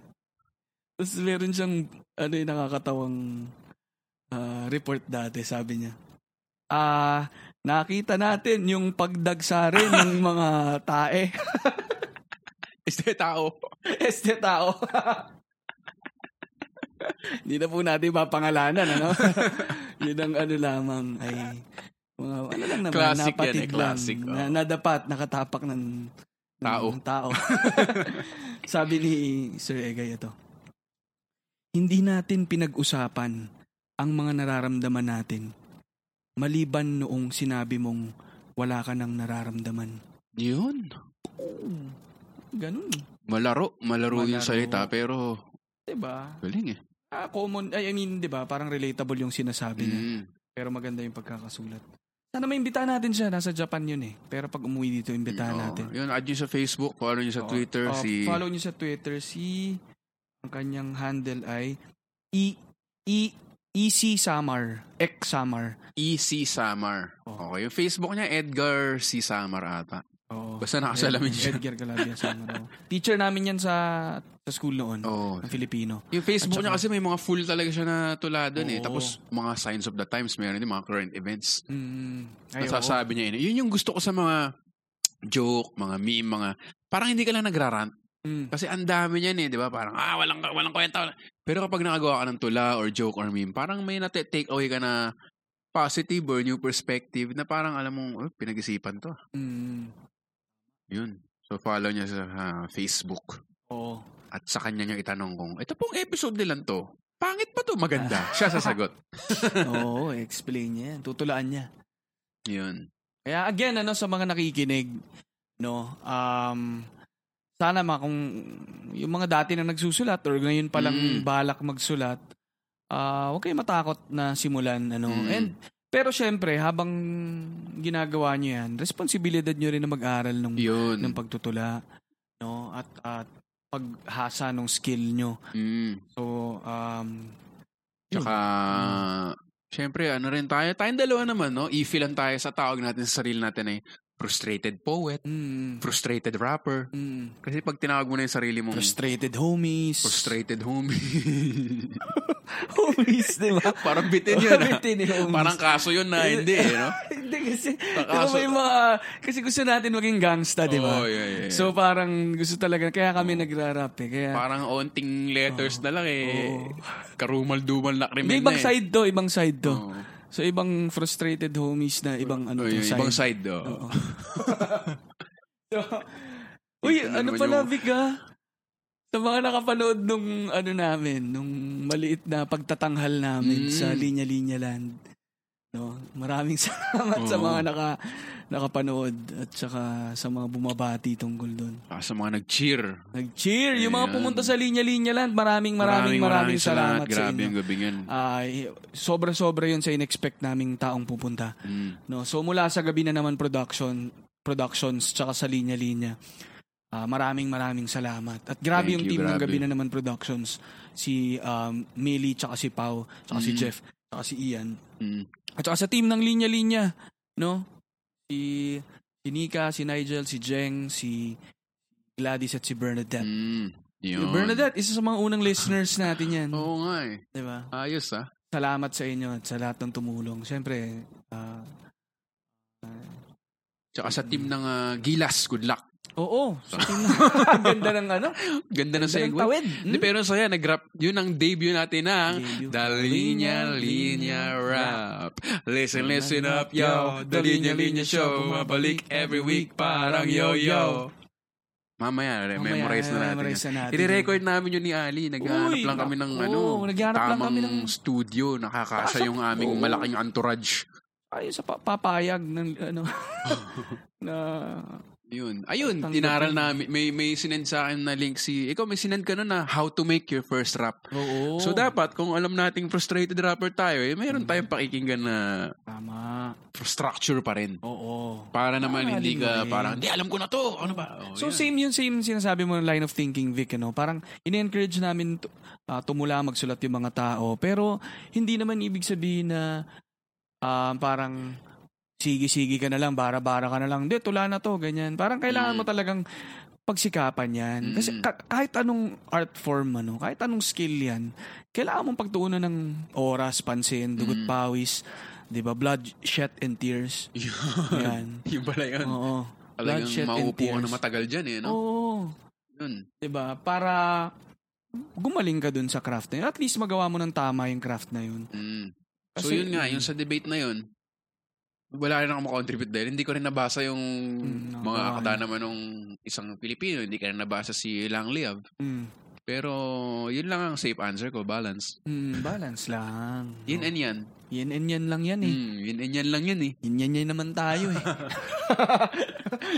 [SPEAKER 2] Tapos meron siyang, ano yung nakakatawang ah, report dati, sabi niya. Ah, nakita natin yung pagdagsari ng mga tae.
[SPEAKER 1] Este tao.
[SPEAKER 2] Este tao. Hindi na po natin mapangalanan, ano? Yun ang ano lamang ay mga ano lang naman,
[SPEAKER 1] Classic yan
[SPEAKER 2] napatid
[SPEAKER 1] eh, classic,
[SPEAKER 2] lang,
[SPEAKER 1] oo.
[SPEAKER 2] na, nadapat, nakatapak ng, ng
[SPEAKER 1] Tao.
[SPEAKER 2] tao. Sabi ni Sir Egay ito, hindi natin pinag-usapan ang mga nararamdaman natin maliban noong sinabi mong wala ka nang nararamdaman.
[SPEAKER 1] Yun. Hmm.
[SPEAKER 2] Ganun.
[SPEAKER 1] Malaro. Malaro, yung
[SPEAKER 2] Malaro.
[SPEAKER 1] salita pero
[SPEAKER 2] Diba?
[SPEAKER 1] galing eh.
[SPEAKER 2] Ah, common. Ay, I mean, di ba? Parang relatable yung sinasabi niya.
[SPEAKER 1] Mm.
[SPEAKER 2] Pero maganda yung pagkakasulat. Sana maimbitahan natin siya. Nasa Japan yun eh. Pero pag umuwi dito, imbitahan
[SPEAKER 1] Oo.
[SPEAKER 2] natin.
[SPEAKER 1] Yun, add nyo sa Facebook, follow nyo sa
[SPEAKER 2] Oo.
[SPEAKER 1] Twitter,
[SPEAKER 2] Oo, Ah,
[SPEAKER 1] si...
[SPEAKER 2] Follow niyo sa Twitter si... Ang kanyang handle ay... E... E... EC Samar. X Samar.
[SPEAKER 1] EC E Samar.
[SPEAKER 2] Oo.
[SPEAKER 1] Okay. Yung Facebook niya, Edgar C. Samar ata.
[SPEAKER 2] Oo.
[SPEAKER 1] Basta nakasalamin
[SPEAKER 2] Ed-
[SPEAKER 1] siya.
[SPEAKER 2] Edgar Galabia Samar. oo. Teacher namin yan sa, sa school noon.
[SPEAKER 1] Oo.
[SPEAKER 2] Ang Filipino.
[SPEAKER 1] Yung Facebook
[SPEAKER 2] At saka-
[SPEAKER 1] niya kasi may mga full talaga siya na tula doon eh.
[SPEAKER 2] Oo.
[SPEAKER 1] Tapos mga signs of the times, meron din mga current events.
[SPEAKER 2] Mm, ay, oo.
[SPEAKER 1] Nasasabi niya yun. Yun yung gusto ko sa mga joke, mga meme, mga... Parang hindi ka lang nagrarant.
[SPEAKER 2] Mm.
[SPEAKER 1] Kasi ang dami niyan eh, di ba? Parang, ah, walang, walang kwenta. walang-" Pero kapag nakagawa ka ng tula or joke or meme, parang may nate-take away ka na positive or new perspective na parang alam mong, oh, pinag-isipan to.
[SPEAKER 2] Mm,
[SPEAKER 1] Yun. So follow niya sa ah, Facebook.
[SPEAKER 2] oo.
[SPEAKER 1] At sa kanya niyo itanong kung, ito pong episode nilang to, pangit ba to maganda? Siya sasagot.
[SPEAKER 2] Oo, explain niya. yan. Tutulaan niya.
[SPEAKER 1] Yun.
[SPEAKER 2] Kaya again, ano, sa mga nakikinig, no, um, sana ma kung yung mga dati na nagsusulat or ngayon palang
[SPEAKER 1] Mm.
[SPEAKER 2] balak magsulat, ah huwag kayong matakot na simulan. Ano.
[SPEAKER 1] Mm.
[SPEAKER 2] And, pero syempre, habang ginagawa nyo yan, responsibilidad nyo rin na mag-aral ng,
[SPEAKER 1] Yun.
[SPEAKER 2] ng pagtutula. No? At, at paghasa ng skill nyo.
[SPEAKER 1] Mm.
[SPEAKER 2] So, um, yun.
[SPEAKER 1] Tsaka, syempre, ano rin tayo? Tayong dalawa naman, no? Iffy lang tayo sa tawag natin sa sarili natin ay frustrated poet,
[SPEAKER 2] Mm,
[SPEAKER 1] frustrated rapper.
[SPEAKER 2] mm.
[SPEAKER 1] Kasi pag tinawag mo na yung sarili mong
[SPEAKER 2] Frustrated homies.
[SPEAKER 1] frustrated homie,
[SPEAKER 2] homies, di ba?
[SPEAKER 1] parang bitin yun. ah.
[SPEAKER 2] Bitin yung homies.
[SPEAKER 1] parang kaso yun na hindi, eh, no?
[SPEAKER 2] Hindi kasi,
[SPEAKER 1] Baka-
[SPEAKER 2] di ba may mga, kasi gusto natin maging gangsta, di ba?
[SPEAKER 1] Oo, eh. yeah, yeah, yeah.
[SPEAKER 2] So parang gusto talaga, kaya kami nagrarap eh. Kaya,
[SPEAKER 1] parang onting letters na lang eh.
[SPEAKER 2] Oo.
[SPEAKER 1] Karumal-dumal na krimen na
[SPEAKER 2] Hindi, ibang
[SPEAKER 1] eh.
[SPEAKER 2] side to, ibang side to.
[SPEAKER 1] Oo.
[SPEAKER 2] So ibang frustrated homies na ibang ano
[SPEAKER 1] Oh,
[SPEAKER 2] to,
[SPEAKER 1] yun,
[SPEAKER 2] side.
[SPEAKER 1] Ibang side, oh.
[SPEAKER 2] Oo. so, uy,
[SPEAKER 1] Ito
[SPEAKER 2] ano
[SPEAKER 1] naman
[SPEAKER 2] pala,
[SPEAKER 1] yung-
[SPEAKER 2] Vic ah? Sa mga nakapanood nung ano namin, nung maliit na pagtatanghal
[SPEAKER 1] Mm.
[SPEAKER 2] namin sa Linya Linya Land. No, maraming salamat sa
[SPEAKER 1] Oo.
[SPEAKER 2] mga naka nakapanood at saka sa mga bumabati tungkol doon.
[SPEAKER 1] Baka Ah, sa mga nag-cheer.
[SPEAKER 2] Nag-cheer yung mga
[SPEAKER 1] Ayan.
[SPEAKER 2] pumunta sa Linya Linya Land. Maraming maraming maraming, salamat, sa
[SPEAKER 1] Grabe
[SPEAKER 2] inyo. Ah.
[SPEAKER 1] yung gabing yun.
[SPEAKER 2] Ay, sobra-sobra yun sa inexpect naming taong pupunta.
[SPEAKER 1] Mm.
[SPEAKER 2] No, so mula sa gabi na naman production productions tsaka sa linya-linya. ah, maraming maraming salamat. At grabe
[SPEAKER 1] Thank
[SPEAKER 2] yung
[SPEAKER 1] you,
[SPEAKER 2] team ng
[SPEAKER 1] grabe.
[SPEAKER 2] gabi na naman productions si um, Millie tsaka si Pau tsaka si
[SPEAKER 1] Mm.
[SPEAKER 2] Jeff tsaka si Ian.
[SPEAKER 1] Mm.
[SPEAKER 2] At saka sa team ng linya-linya, no? Si si Nika, si Nigel, si Jeng, si Gladys at si Bernadette.
[SPEAKER 1] Mm. Yun.
[SPEAKER 2] Si Bernadette, isa sa mga unang listeners natin 'yan,
[SPEAKER 1] Oo nga eh.
[SPEAKER 2] 'di ba?
[SPEAKER 1] Ayos ah.
[SPEAKER 2] Salamat sa inyo at sa lahat ng tumulong. Siyempre, ah,
[SPEAKER 1] Tsaka sa team ng ah, Gilas, good luck.
[SPEAKER 2] Oo. Sa team na- Ang ganda ng ano.
[SPEAKER 1] Ganda ng
[SPEAKER 2] Ganda ng
[SPEAKER 1] segue.
[SPEAKER 2] tawid.
[SPEAKER 1] Hindi,
[SPEAKER 2] Hmm?
[SPEAKER 1] pero saya, nag-rap. Yun ang debut natin ng
[SPEAKER 2] Debut.
[SPEAKER 1] The Linya Linya Rap. Listen, listen up, yo. The Linya Linya Show. Mabalik every week, parang yo-yo. Mamaya,
[SPEAKER 2] Mamaya,
[SPEAKER 1] memorize na natin.
[SPEAKER 2] memorize
[SPEAKER 1] yan.
[SPEAKER 2] na natin.
[SPEAKER 1] I-record namin yun ni Ali. Naghahanap
[SPEAKER 2] Uy,
[SPEAKER 1] lang kami ng
[SPEAKER 2] oo,
[SPEAKER 1] ano,
[SPEAKER 2] naghahanap lang
[SPEAKER 1] tamang
[SPEAKER 2] kami ng-
[SPEAKER 1] studio. Nakakasa yung aming
[SPEAKER 2] Oo.
[SPEAKER 1] malaking entourage.
[SPEAKER 2] Ay, sa pa- papayag ng ano. na
[SPEAKER 1] Yun. Ayun,
[SPEAKER 2] Tanggapin.
[SPEAKER 1] inaral namin. May, may sinend sa akin na link si... Ikaw, may sinend ka nun na how to make your first rap.
[SPEAKER 2] Oo.
[SPEAKER 1] So dapat, kung alam nating frustrated rapper tayo, eh, mayroon
[SPEAKER 2] Mm.
[SPEAKER 1] tayong pakikinggan na
[SPEAKER 2] Tama.
[SPEAKER 1] structure pa rin.
[SPEAKER 2] Oo.
[SPEAKER 1] Para naman
[SPEAKER 2] Ah,
[SPEAKER 1] hindi ka
[SPEAKER 2] lingwahe.
[SPEAKER 1] parang, hindi, alam ko na to. Ano ba? Oh,
[SPEAKER 2] So
[SPEAKER 1] yan.
[SPEAKER 2] same yun, same sinasabi mo ng line of thinking, Vic. Ano? Parang in-encourage namin t- ah, tumula magsulat yung mga tao. Pero hindi naman ibig sabihin na ah, parang sige-sige ka na lang, bara-bara ka na lang. Hindi, tula na to, ganyan. Parang kailangan mo
[SPEAKER 1] Mm.
[SPEAKER 2] talagang pagsikapan yan.
[SPEAKER 1] Mm.
[SPEAKER 2] Kasi ka- kahit anong art form, ano, kahit anong skill yan, kailangan mong pagtuunan ng oras, pansin, dugot,
[SPEAKER 1] Mm.
[SPEAKER 2] pawis, di ba? Blood, sweat, and tears.
[SPEAKER 1] Yun.
[SPEAKER 2] Yan.
[SPEAKER 1] Yun pala yun.
[SPEAKER 2] Oo.
[SPEAKER 1] Talagang
[SPEAKER 2] Oh, bloodshed and
[SPEAKER 1] mauupo ka
[SPEAKER 2] tears. Oh.
[SPEAKER 1] na matagal dyan eh. No?
[SPEAKER 2] Oo.
[SPEAKER 1] Yun.
[SPEAKER 2] 'di ba? Diba? Para gumaling ka dun sa craft na yun. At least magawa mo ng tama yung craft na yun.
[SPEAKER 1] Mm. So
[SPEAKER 2] Kasi- mm.
[SPEAKER 1] yun nga, yung sa debate na yun, wala rin ako makontribute dahil hindi ko rin nabasa yung
[SPEAKER 2] Mm,
[SPEAKER 1] mga
[SPEAKER 2] nakakaawa
[SPEAKER 1] akda
[SPEAKER 2] yun.
[SPEAKER 1] naman ng isang Pilipino. Hindi ko rin nabasa si Lang Liab.
[SPEAKER 2] Mm.
[SPEAKER 1] Pero yun lang ang safe answer ko, balance.
[SPEAKER 2] Mm, balance lang.
[SPEAKER 1] Yun and yan.
[SPEAKER 2] Yin and yan lang yan eh.
[SPEAKER 1] Mm, yun and yan lang yan eh.
[SPEAKER 2] Yin yan yan naman tayo eh.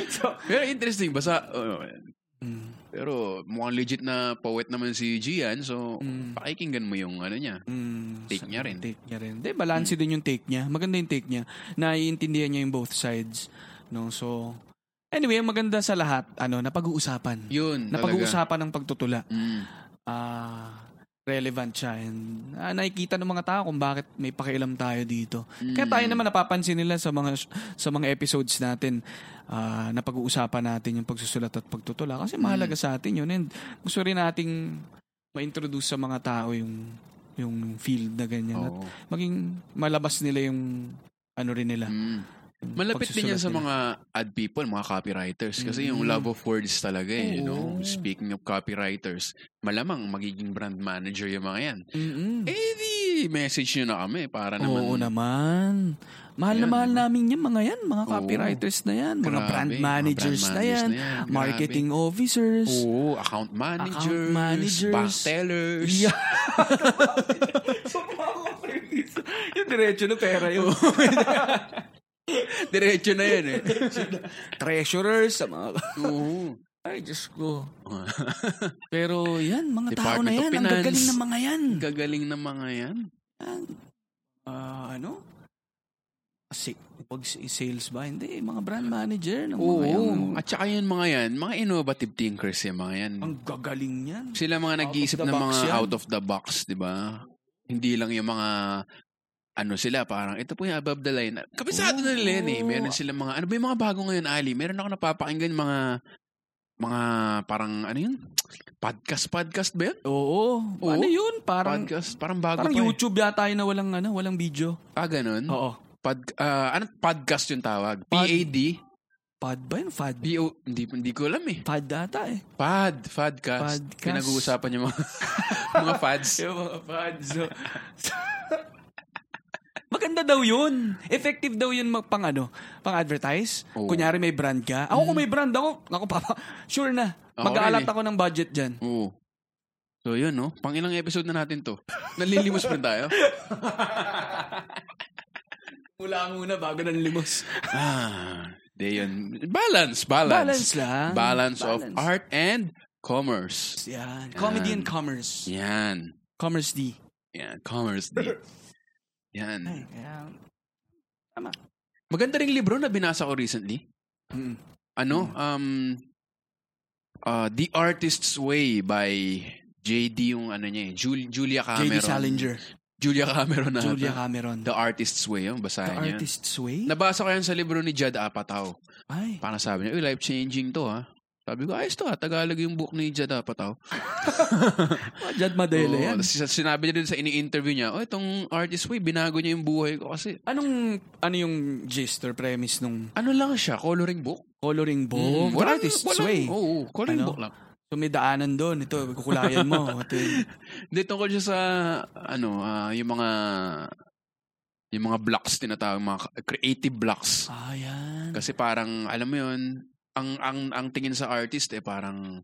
[SPEAKER 2] so,
[SPEAKER 1] Pero interesting, basa. oh,
[SPEAKER 2] mm,
[SPEAKER 1] pero mukhang legit na poet naman si Gian. So
[SPEAKER 2] Mm.
[SPEAKER 1] pakikinggan mo yung ano niya.
[SPEAKER 2] mm,
[SPEAKER 1] Take niya rin. Mm.
[SPEAKER 2] Take niya rin. 'Di, balance din yung take niya. Maganda yung take niya. Naiintindihan niya yung both sides. No, so anyway, ang maganda sa lahat, ano, napag-uusapan.
[SPEAKER 1] Yun talaga.
[SPEAKER 2] Napag-uusapan ng pagtutula.
[SPEAKER 1] Mm.
[SPEAKER 2] ah relevant siya and ah, nakikita ng mga tao kung bakit may pakialam tayo dito. Kaya tayo
[SPEAKER 1] Mm.
[SPEAKER 2] naman napapansin nila sa mga sa mga episodes natin ah, na pag-uusapan natin yung pagsusulat at pagtutula kasi mahalaga
[SPEAKER 1] Mm.
[SPEAKER 2] sa atin yun and gusto rin nating ma-introduce sa mga tao yung yung field na ganyan
[SPEAKER 1] Oo.
[SPEAKER 2] at maging malabas nila yung ano rin nila.
[SPEAKER 1] Mm. Malapit din yan sa
[SPEAKER 2] pagsusulat
[SPEAKER 1] mga
[SPEAKER 2] nila.
[SPEAKER 1] ad people, mga copywriters. Kasi yung
[SPEAKER 2] Mm.
[SPEAKER 1] love of words talaga eh. You know?
[SPEAKER 2] Oo.
[SPEAKER 1] Speaking of copywriters, malamang magiging brand manager yung mga yan.
[SPEAKER 2] Mm-mm.
[SPEAKER 1] Eh di, message nyo na kami para naman.
[SPEAKER 2] Mm. Oo naman. Mahal na
[SPEAKER 1] Ayan,
[SPEAKER 2] mahal
[SPEAKER 1] diba?
[SPEAKER 2] namin yan, mga yan. Mga
[SPEAKER 1] Oo.
[SPEAKER 2] copywriters na yan. Mga
[SPEAKER 1] Grabe,
[SPEAKER 2] brand
[SPEAKER 1] mga
[SPEAKER 2] managers
[SPEAKER 1] brand
[SPEAKER 2] na
[SPEAKER 1] managers
[SPEAKER 2] yan.
[SPEAKER 1] Grabe.
[SPEAKER 2] Marketing officers.
[SPEAKER 1] Oo, account managers,
[SPEAKER 2] managers.
[SPEAKER 1] back tellers.
[SPEAKER 2] Yeah. yung diretso na pera yun.
[SPEAKER 1] Diretso na yan eh.
[SPEAKER 2] Treasurers sa mga...
[SPEAKER 1] Oo.
[SPEAKER 2] Ay, Diyos ko. Pero yan, mga tao
[SPEAKER 1] Department of
[SPEAKER 2] na yan. Ang
[SPEAKER 1] Finance.
[SPEAKER 2] gagaling ng mga yan.
[SPEAKER 1] Gagaling ng mga yan.
[SPEAKER 2] Yan. Ah, ano? Kasi, pag sales ba? Hindi, eh, mga brand manager. Ng mga yan.
[SPEAKER 1] At saka yun mga yan, mga innovative thinkers yung mga yan.
[SPEAKER 2] Ang gagaling niyan.
[SPEAKER 1] Sila mga
[SPEAKER 2] Out
[SPEAKER 1] nag-iisip
[SPEAKER 2] of the
[SPEAKER 1] ng
[SPEAKER 2] box
[SPEAKER 1] mga
[SPEAKER 2] yan.
[SPEAKER 1] out of the box, di ba? Hindi lang yung mga ano sila, parang ito po yung above the line. Kabisado na nila yan eh.
[SPEAKER 2] Oo.
[SPEAKER 1] Meron silang mga, ano ba yung mga bago ngayon, Ali? Meron ako napapakinggan mga, mga parang ano yun? Podcast, podcast ba yun?
[SPEAKER 2] Oo. Ano yun? Parang,
[SPEAKER 1] podcast, parang bago
[SPEAKER 2] parang
[SPEAKER 1] pa eh.
[SPEAKER 2] YouTube yata yun na walang, ano, walang video.
[SPEAKER 1] Ah, ganun?
[SPEAKER 2] Oo.
[SPEAKER 1] Pod, ah, ano, podcast yung tawag?
[SPEAKER 2] Pod.
[SPEAKER 1] PAD?
[SPEAKER 2] Pod ba yun? Fad?
[SPEAKER 1] B-O, hindi, hindi ko alam eh.
[SPEAKER 2] Fad data eh.
[SPEAKER 1] Pod, podcast.
[SPEAKER 2] Podcast.
[SPEAKER 1] Pinag-uusapan yung mga, mga fads.
[SPEAKER 2] Yung mga fads. So- Maganda daw yun. Effective daw yun mag, pang ano, pang advertise.
[SPEAKER 1] Oo.
[SPEAKER 2] Kunyari may brand ka. Ako kung may brand ako, ako papa, sure na.
[SPEAKER 1] Ako rin
[SPEAKER 2] Mag-aalat
[SPEAKER 1] eh.
[SPEAKER 2] ako ng budget dyan.
[SPEAKER 1] Oo. So yun, no? Pang ilang episode na natin to. Nalilimos pa rin tayo.
[SPEAKER 2] Mula muna bago ng limos.
[SPEAKER 1] ah, di yun. Balance, balance.
[SPEAKER 2] Balance lang.
[SPEAKER 1] Balance of
[SPEAKER 2] Balance.
[SPEAKER 1] art and commerce.
[SPEAKER 2] Yan. Comedy and commerce.
[SPEAKER 1] Yan.
[SPEAKER 2] Commerce D.
[SPEAKER 1] Yan, commerce din.
[SPEAKER 2] Ay,
[SPEAKER 1] Yan.
[SPEAKER 2] kaya-
[SPEAKER 1] Maganda ring libro na binasa ko recently.
[SPEAKER 2] Mm.
[SPEAKER 1] Ano? Um, uh, The Artist's Way by JD yung ano niya eh. Jul- Julia Cameron.
[SPEAKER 2] J.D. Salinger.
[SPEAKER 1] Julia Cameron na.
[SPEAKER 2] Julia Cameron.
[SPEAKER 1] The Artist's Way yung
[SPEAKER 2] The
[SPEAKER 1] basahin niya.
[SPEAKER 2] Artist's Way?
[SPEAKER 1] Nabasa ko yan sa libro ni Jad Apatow.
[SPEAKER 2] Ay.
[SPEAKER 1] Parang sabi niya, "Uy, life-changing to ha. Sabi ko, ayos to ha, Tagalog yung book ni Jad Apatow.
[SPEAKER 2] Jad Madela
[SPEAKER 1] Oo,
[SPEAKER 2] yan.
[SPEAKER 1] tas sin- sinabi niya din sa ini-interview niya, oh, itong artist way, binago niya yung buhay ko kasi
[SPEAKER 2] Anong, ano yung gist or premise nung
[SPEAKER 1] ano lang siya, coloring book.
[SPEAKER 2] coloring book? Oh, The
[SPEAKER 1] Hmm. walang-
[SPEAKER 2] Artist's
[SPEAKER 1] walang-
[SPEAKER 2] Way.
[SPEAKER 1] Oo, oo, coloring
[SPEAKER 2] Ano?
[SPEAKER 1] book lang.
[SPEAKER 2] So may daanan doon. Ito, kukulayan mo. Ito, yun.
[SPEAKER 1] Hindi, tungkol siya sa, ano, ah, yung mga, yung mga blocks tinatawag, mga creative blocks.
[SPEAKER 2] ah, yan.
[SPEAKER 1] Kasi parang, alam mo yun, ang, ang, ang tingin sa artist, eh, parang,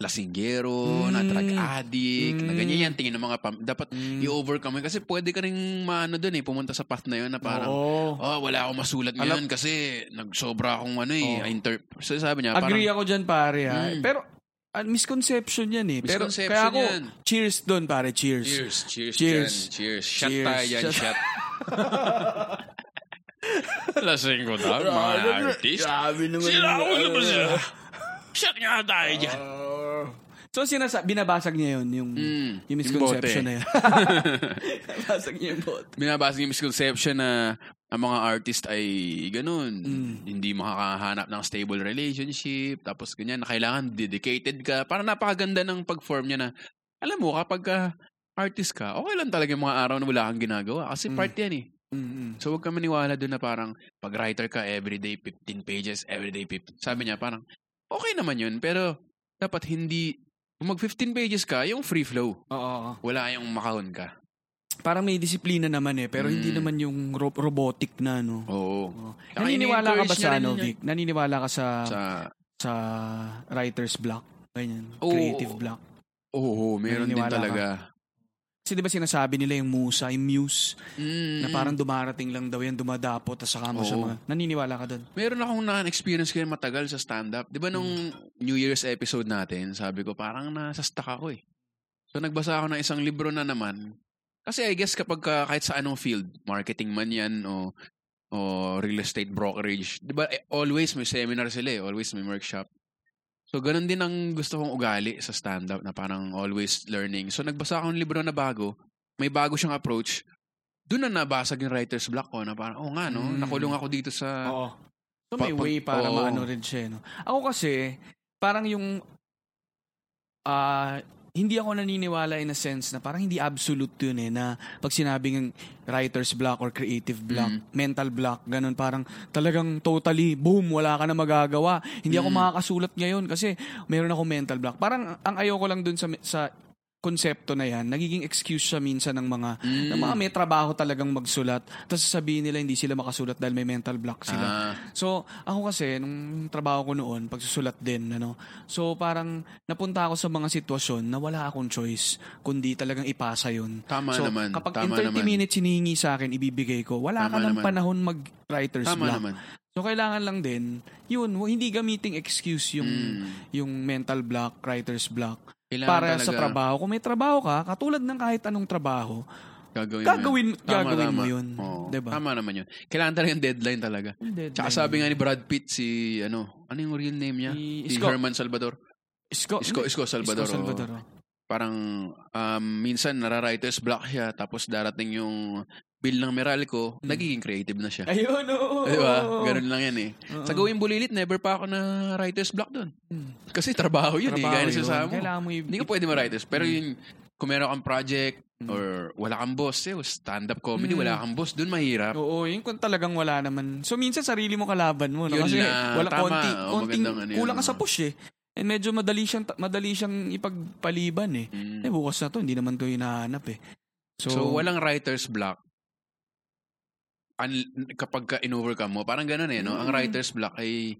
[SPEAKER 1] lasinggero, na
[SPEAKER 2] Mm.
[SPEAKER 1] drug addict, na
[SPEAKER 2] Mm.
[SPEAKER 1] ganyan yan, tingin ng mga pam- dapat
[SPEAKER 2] Hmm.
[SPEAKER 1] i-overcome yun. kasi pwede ka rin maano doon eh, pumunta sa path na yun na parang
[SPEAKER 2] Oo.
[SPEAKER 1] Oh, wala akong masulat ngayon kasi nagsobra akong ano eh,
[SPEAKER 2] Oo.
[SPEAKER 1] inter... So, sabi niya,
[SPEAKER 2] Agree ako dyan, pare. Ha?
[SPEAKER 1] Mm.
[SPEAKER 2] Pero, ah, misconception yan eh. Pero,
[SPEAKER 1] Misconception
[SPEAKER 2] kaya ako,
[SPEAKER 1] yan.
[SPEAKER 2] cheers doon, pare. Cheers.
[SPEAKER 1] Cheers, cheers,
[SPEAKER 2] Cheers.
[SPEAKER 1] cheers. Cheers. Shot
[SPEAKER 2] Cheers.
[SPEAKER 1] tayo yan,
[SPEAKER 2] Shot.
[SPEAKER 1] shot. Lasing ko daw, mga artist.
[SPEAKER 2] Ah, Grabe naman.
[SPEAKER 1] Sila, ulo ba sila? Shot nga tayo dyan.
[SPEAKER 2] Ah. So, sinasa- binabasag niya yun, yung,
[SPEAKER 1] Mm,
[SPEAKER 2] yung
[SPEAKER 1] yung
[SPEAKER 2] misconception
[SPEAKER 1] bote.
[SPEAKER 2] na yun. Binabasag niya yung bote.
[SPEAKER 1] Binabasa niya yung misconception na ang mga artist ay ganun. Hindi makakahanap ng stable relationship. Tapos ganyan, na kailangan dedicated ka. Parang napakaganda ng pag-form niya na, alam mo, kapag ka artist ka, okay lang talaga yung mga araw na wala kang ginagawa. Kasi part yan eh.
[SPEAKER 2] Mm-mm.
[SPEAKER 1] So huwag ka maniwala doon na parang pag writer ka everyday 15 pages, everyday 15. Sabi niya parang okay naman yun pero dapat hindi kung mag 15 pages ka, yung free flow.
[SPEAKER 2] Oo, Oo.
[SPEAKER 1] Wala yung makahon ka.
[SPEAKER 2] Parang may disiplina naman eh, pero hindi
[SPEAKER 1] Mm.
[SPEAKER 2] naman yung ro- robotic na, no?
[SPEAKER 1] Oo.
[SPEAKER 2] Oo.
[SPEAKER 1] Saka
[SPEAKER 2] Naniniwala ka ba
[SPEAKER 1] ini-encourage niya
[SPEAKER 2] sa
[SPEAKER 1] rin
[SPEAKER 2] ano,
[SPEAKER 1] yun. eh.
[SPEAKER 2] Vic? Naniniwala ka sa, sa,
[SPEAKER 1] Sa
[SPEAKER 2] writer's block? Ganyan,
[SPEAKER 1] Oo.
[SPEAKER 2] creative block.
[SPEAKER 1] Oo, meron din
[SPEAKER 2] Naniniwala ka?
[SPEAKER 1] talaga.
[SPEAKER 2] Kasi di ba sinasabi nila yung musa, yung muse,
[SPEAKER 1] Mm.
[SPEAKER 2] na parang dumarating lang daw yan, dumadapo, tas saka mo sa
[SPEAKER 1] Oo.
[SPEAKER 2] mga... Naniniwala ka doon?
[SPEAKER 1] Meron akong na-experience kayo matagal sa stand-up. Di ba nung New Year's episode natin, sabi ko parang nasa stuck ako eh. So nagbasa ako ng isang libro na naman. Kasi I guess kapag ka, kahit sa anong field, marketing man yan o o real estate brokerage, di ba eh, always may seminar sila eh, always may workshop. So ganun din ang gusto kong ugali sa stand-up na parang always learning. So nagbasa ako ng libro na bago, may bago siyang approach. Doon na nabasag yung writer's block ko na parang, oh nga no,
[SPEAKER 2] Mm.
[SPEAKER 1] nakulong ako dito sa
[SPEAKER 2] Oo. So may
[SPEAKER 1] Ah. Pa- pa-
[SPEAKER 2] way para
[SPEAKER 1] oo.
[SPEAKER 2] maano rin siya, eh, no? Ako kasi, parang yung... ah, hindi ako naniniwala in a sense na parang hindi absolute yun eh, na pag sinabing writer's block or creative block, mental block, ganun, parang talagang totally, boom, wala ka na magagawa. Hindi ako makakasulat ngayon kasi meron ako mental block. Parang ang ayoko lang dun sa, sa konsepto na yan, nagiging excuse siya minsan ng mga ng mga may trabaho talagang magsulat. Tapos sasabihin nila hindi sila makasulat dahil may mental block sila.
[SPEAKER 1] Ah.
[SPEAKER 2] So, ako kasi, nung trabaho ko noon, pagsusulat din, ano, so parang napunta ako sa mga sitwasyon na wala akong choice, kundi talagang ipasa yun.
[SPEAKER 1] Tama
[SPEAKER 2] so,
[SPEAKER 1] naman.
[SPEAKER 2] kapag
[SPEAKER 1] tama
[SPEAKER 2] in 30
[SPEAKER 1] naman.
[SPEAKER 2] minutes hinihingi sa akin, ibibigay ko, wala
[SPEAKER 1] Tama
[SPEAKER 2] ka ng
[SPEAKER 1] naman.
[SPEAKER 2] panahon mag-writer's
[SPEAKER 1] Tama
[SPEAKER 2] block.
[SPEAKER 1] naman.
[SPEAKER 2] So, kailangan lang din, yun, w- hindi gamiting excuse yung,
[SPEAKER 1] Mm.
[SPEAKER 2] yung mental block, writer's block,
[SPEAKER 1] Kailangan
[SPEAKER 2] para
[SPEAKER 1] talaga ano?
[SPEAKER 2] sa trabaho. Kung may trabaho ka, katulad ng kahit anong trabaho,
[SPEAKER 1] Gagawin,
[SPEAKER 2] gagawin,
[SPEAKER 1] mo yun. Tama,
[SPEAKER 2] gagawin mo
[SPEAKER 1] tama.
[SPEAKER 2] yun.
[SPEAKER 1] Oo.
[SPEAKER 2] Diba?
[SPEAKER 1] Tama naman yun. Kailangan talaga yung deadline talaga. Tsaka sabi nga ni Brad Pitt si, ano, ano yung real name niya?
[SPEAKER 2] Si
[SPEAKER 1] Si
[SPEAKER 2] Isko.
[SPEAKER 1] Herman Salvador.
[SPEAKER 2] Isko,
[SPEAKER 1] Isko, Isko Salvador. oo.
[SPEAKER 2] Salvador. oh.
[SPEAKER 1] Parang um, minsan nara-writer's block siya tapos darating yung bill ng Meralco, nagiging creative na siya.
[SPEAKER 2] Ayun, oo.
[SPEAKER 1] Di
[SPEAKER 2] oo,
[SPEAKER 1] ba?
[SPEAKER 2] oo.
[SPEAKER 1] Ganun lang yan eh.
[SPEAKER 2] Oo.
[SPEAKER 1] Sa gawing bulilit, never pa ako na writer's block doon. Kasi trabaho yun eh.
[SPEAKER 2] Trabaho
[SPEAKER 1] Gaya na
[SPEAKER 2] yun.
[SPEAKER 1] sinasabi mo.
[SPEAKER 2] Kailangan mo i-
[SPEAKER 1] Hindi ka pwede ma-writers. Pero
[SPEAKER 2] Mm.
[SPEAKER 1] yun, kung meron kang project or wala kang boss, eh, stand-up
[SPEAKER 2] Mm.
[SPEAKER 1] comedy, wala kang boss, doon mahirap.
[SPEAKER 2] Oo, yun kung talagang wala naman. So, minsan sarili mo kalaban mo. No?
[SPEAKER 1] Yun
[SPEAKER 2] Kasi
[SPEAKER 1] lang.
[SPEAKER 2] wala
[SPEAKER 1] Tama.
[SPEAKER 2] konti,
[SPEAKER 1] Oo,
[SPEAKER 2] konting
[SPEAKER 1] magandang ano yun.
[SPEAKER 2] kulang ka sa push eh. And medyo madali siyang, madali siyang ipagpaliban eh.
[SPEAKER 1] Mm.
[SPEAKER 2] Eh, bukas na to, hindi naman ko hinahanap eh. So,
[SPEAKER 1] So, walang writer's block. Un- kapag ka in-overcome mo, parang ganun eh, no? Ang writer's block ay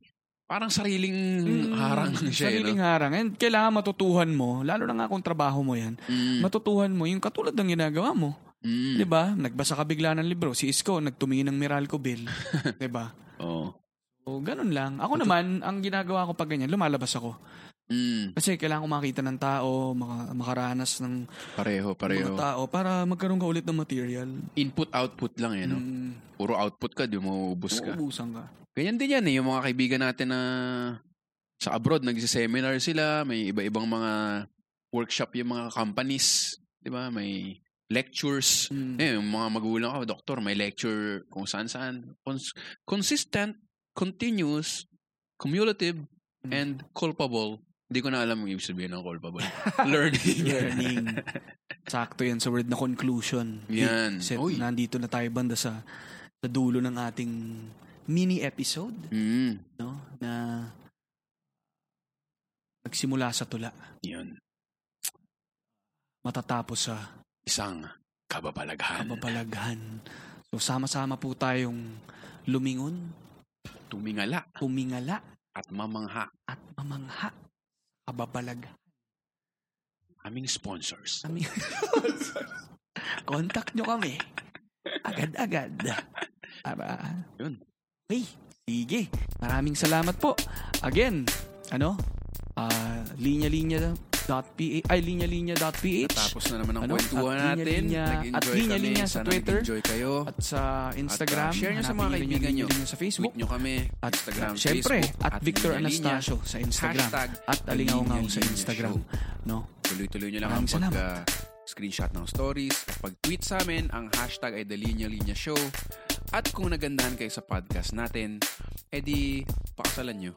[SPEAKER 1] parang sariling
[SPEAKER 2] Mm,
[SPEAKER 1] harang siya, eh,
[SPEAKER 2] Sariling
[SPEAKER 1] no?
[SPEAKER 2] harang. And kailangan matutuhan mo, lalo na nga kung trabaho mo yan,
[SPEAKER 1] Mm,
[SPEAKER 2] matutuhan mo yung katulad ng ginagawa mo.
[SPEAKER 1] mm.
[SPEAKER 2] 'Di ba? Nagbasa ka bigla ng libro. Si Isko, nagtumingin ng Meralco Bill. 'Di ba?
[SPEAKER 1] Oo.
[SPEAKER 2] So, ganun lang. Ako naman, ang ginagawa ko pag ganyan, lumalabas ako.
[SPEAKER 1] Mm,
[SPEAKER 2] Kasi kailangan ko makita ng tao, maka- makaranas ng
[SPEAKER 1] pareho, pareho.
[SPEAKER 2] mga tao para magkaroon ka ulit ng material.
[SPEAKER 1] Input-output lang eh, no?
[SPEAKER 2] Mm,
[SPEAKER 1] Puro output ka, di mo ubus ka.
[SPEAKER 2] mauubusan ka.
[SPEAKER 1] Ganyan din yan eh, yung mga kaibigan natin na sa abroad, nagsiseminar sila, may iba-ibang mga workshop yung mga companies, di ba? May lectures.
[SPEAKER 2] Mm.
[SPEAKER 1] Eh, yung mga magulang ako, doktor, may lecture kung saan-saan. Cons- consistent, continuous, cumulative, and culpable. Hindi ko na alam ang ibig sabihin ng culpable. Learning.
[SPEAKER 2] Learning. Sakto yan sa word na conclusion.
[SPEAKER 1] Yan.
[SPEAKER 2] Kasi
[SPEAKER 1] Uy.
[SPEAKER 2] nandito na tayo banda sa, sa dulo ng ating mini-episode
[SPEAKER 1] mm,
[SPEAKER 2] no? na nagsimula sa tula,
[SPEAKER 1] yun.
[SPEAKER 2] matatapos sa
[SPEAKER 1] Isang kababalaghan.
[SPEAKER 2] kababalaghan. So sama-sama po tayong lumingon,
[SPEAKER 1] Tumingala
[SPEAKER 2] pumingala,
[SPEAKER 1] at mamangha.
[SPEAKER 2] at mamangha. Kababalag.
[SPEAKER 1] aming sponsors.
[SPEAKER 2] Kami. Contact nyo kami. Agad-agad. Para.
[SPEAKER 1] Yun.
[SPEAKER 2] Okay. Sige. Maraming salamat po. Again, ano? Ah, linya-linya dot ph ay linya-linya.ph
[SPEAKER 1] Tapos na naman ang
[SPEAKER 2] Ano?
[SPEAKER 1] kwentuhan
[SPEAKER 2] At
[SPEAKER 1] natin.
[SPEAKER 2] linya-linya- at
[SPEAKER 1] Nag-enjoy kami.
[SPEAKER 2] linya-linya sa
[SPEAKER 1] Sana
[SPEAKER 2] Twitter.
[SPEAKER 1] nag-enjoy kayo.
[SPEAKER 2] at sa Instagram.
[SPEAKER 1] At, uh, share nyo sa
[SPEAKER 2] Hanapin
[SPEAKER 1] mga
[SPEAKER 2] nyo rin yung
[SPEAKER 1] kaibigan nyo.
[SPEAKER 2] linya-linya sa Facebook.
[SPEAKER 1] Tweet nyo kami.
[SPEAKER 2] At
[SPEAKER 1] Instagram,
[SPEAKER 2] syempre,
[SPEAKER 1] Facebook.
[SPEAKER 2] at Victor
[SPEAKER 1] linya-linya.
[SPEAKER 2] Anastasio sa Instagram.
[SPEAKER 1] Hashtag
[SPEAKER 2] At Alingaungaw sa
[SPEAKER 1] Linya-Linya
[SPEAKER 2] Instagram. No?
[SPEAKER 1] Tuloy-tuloy nyo lang ang
[SPEAKER 2] Maraming
[SPEAKER 1] pag
[SPEAKER 2] salamat.
[SPEAKER 1] uh, screenshot ng stories. Pag-tweet sa amin, ang hashtag ay The Linya Linya Show. At kung nagandahan kayo sa podcast natin, edi pakasalan nyo.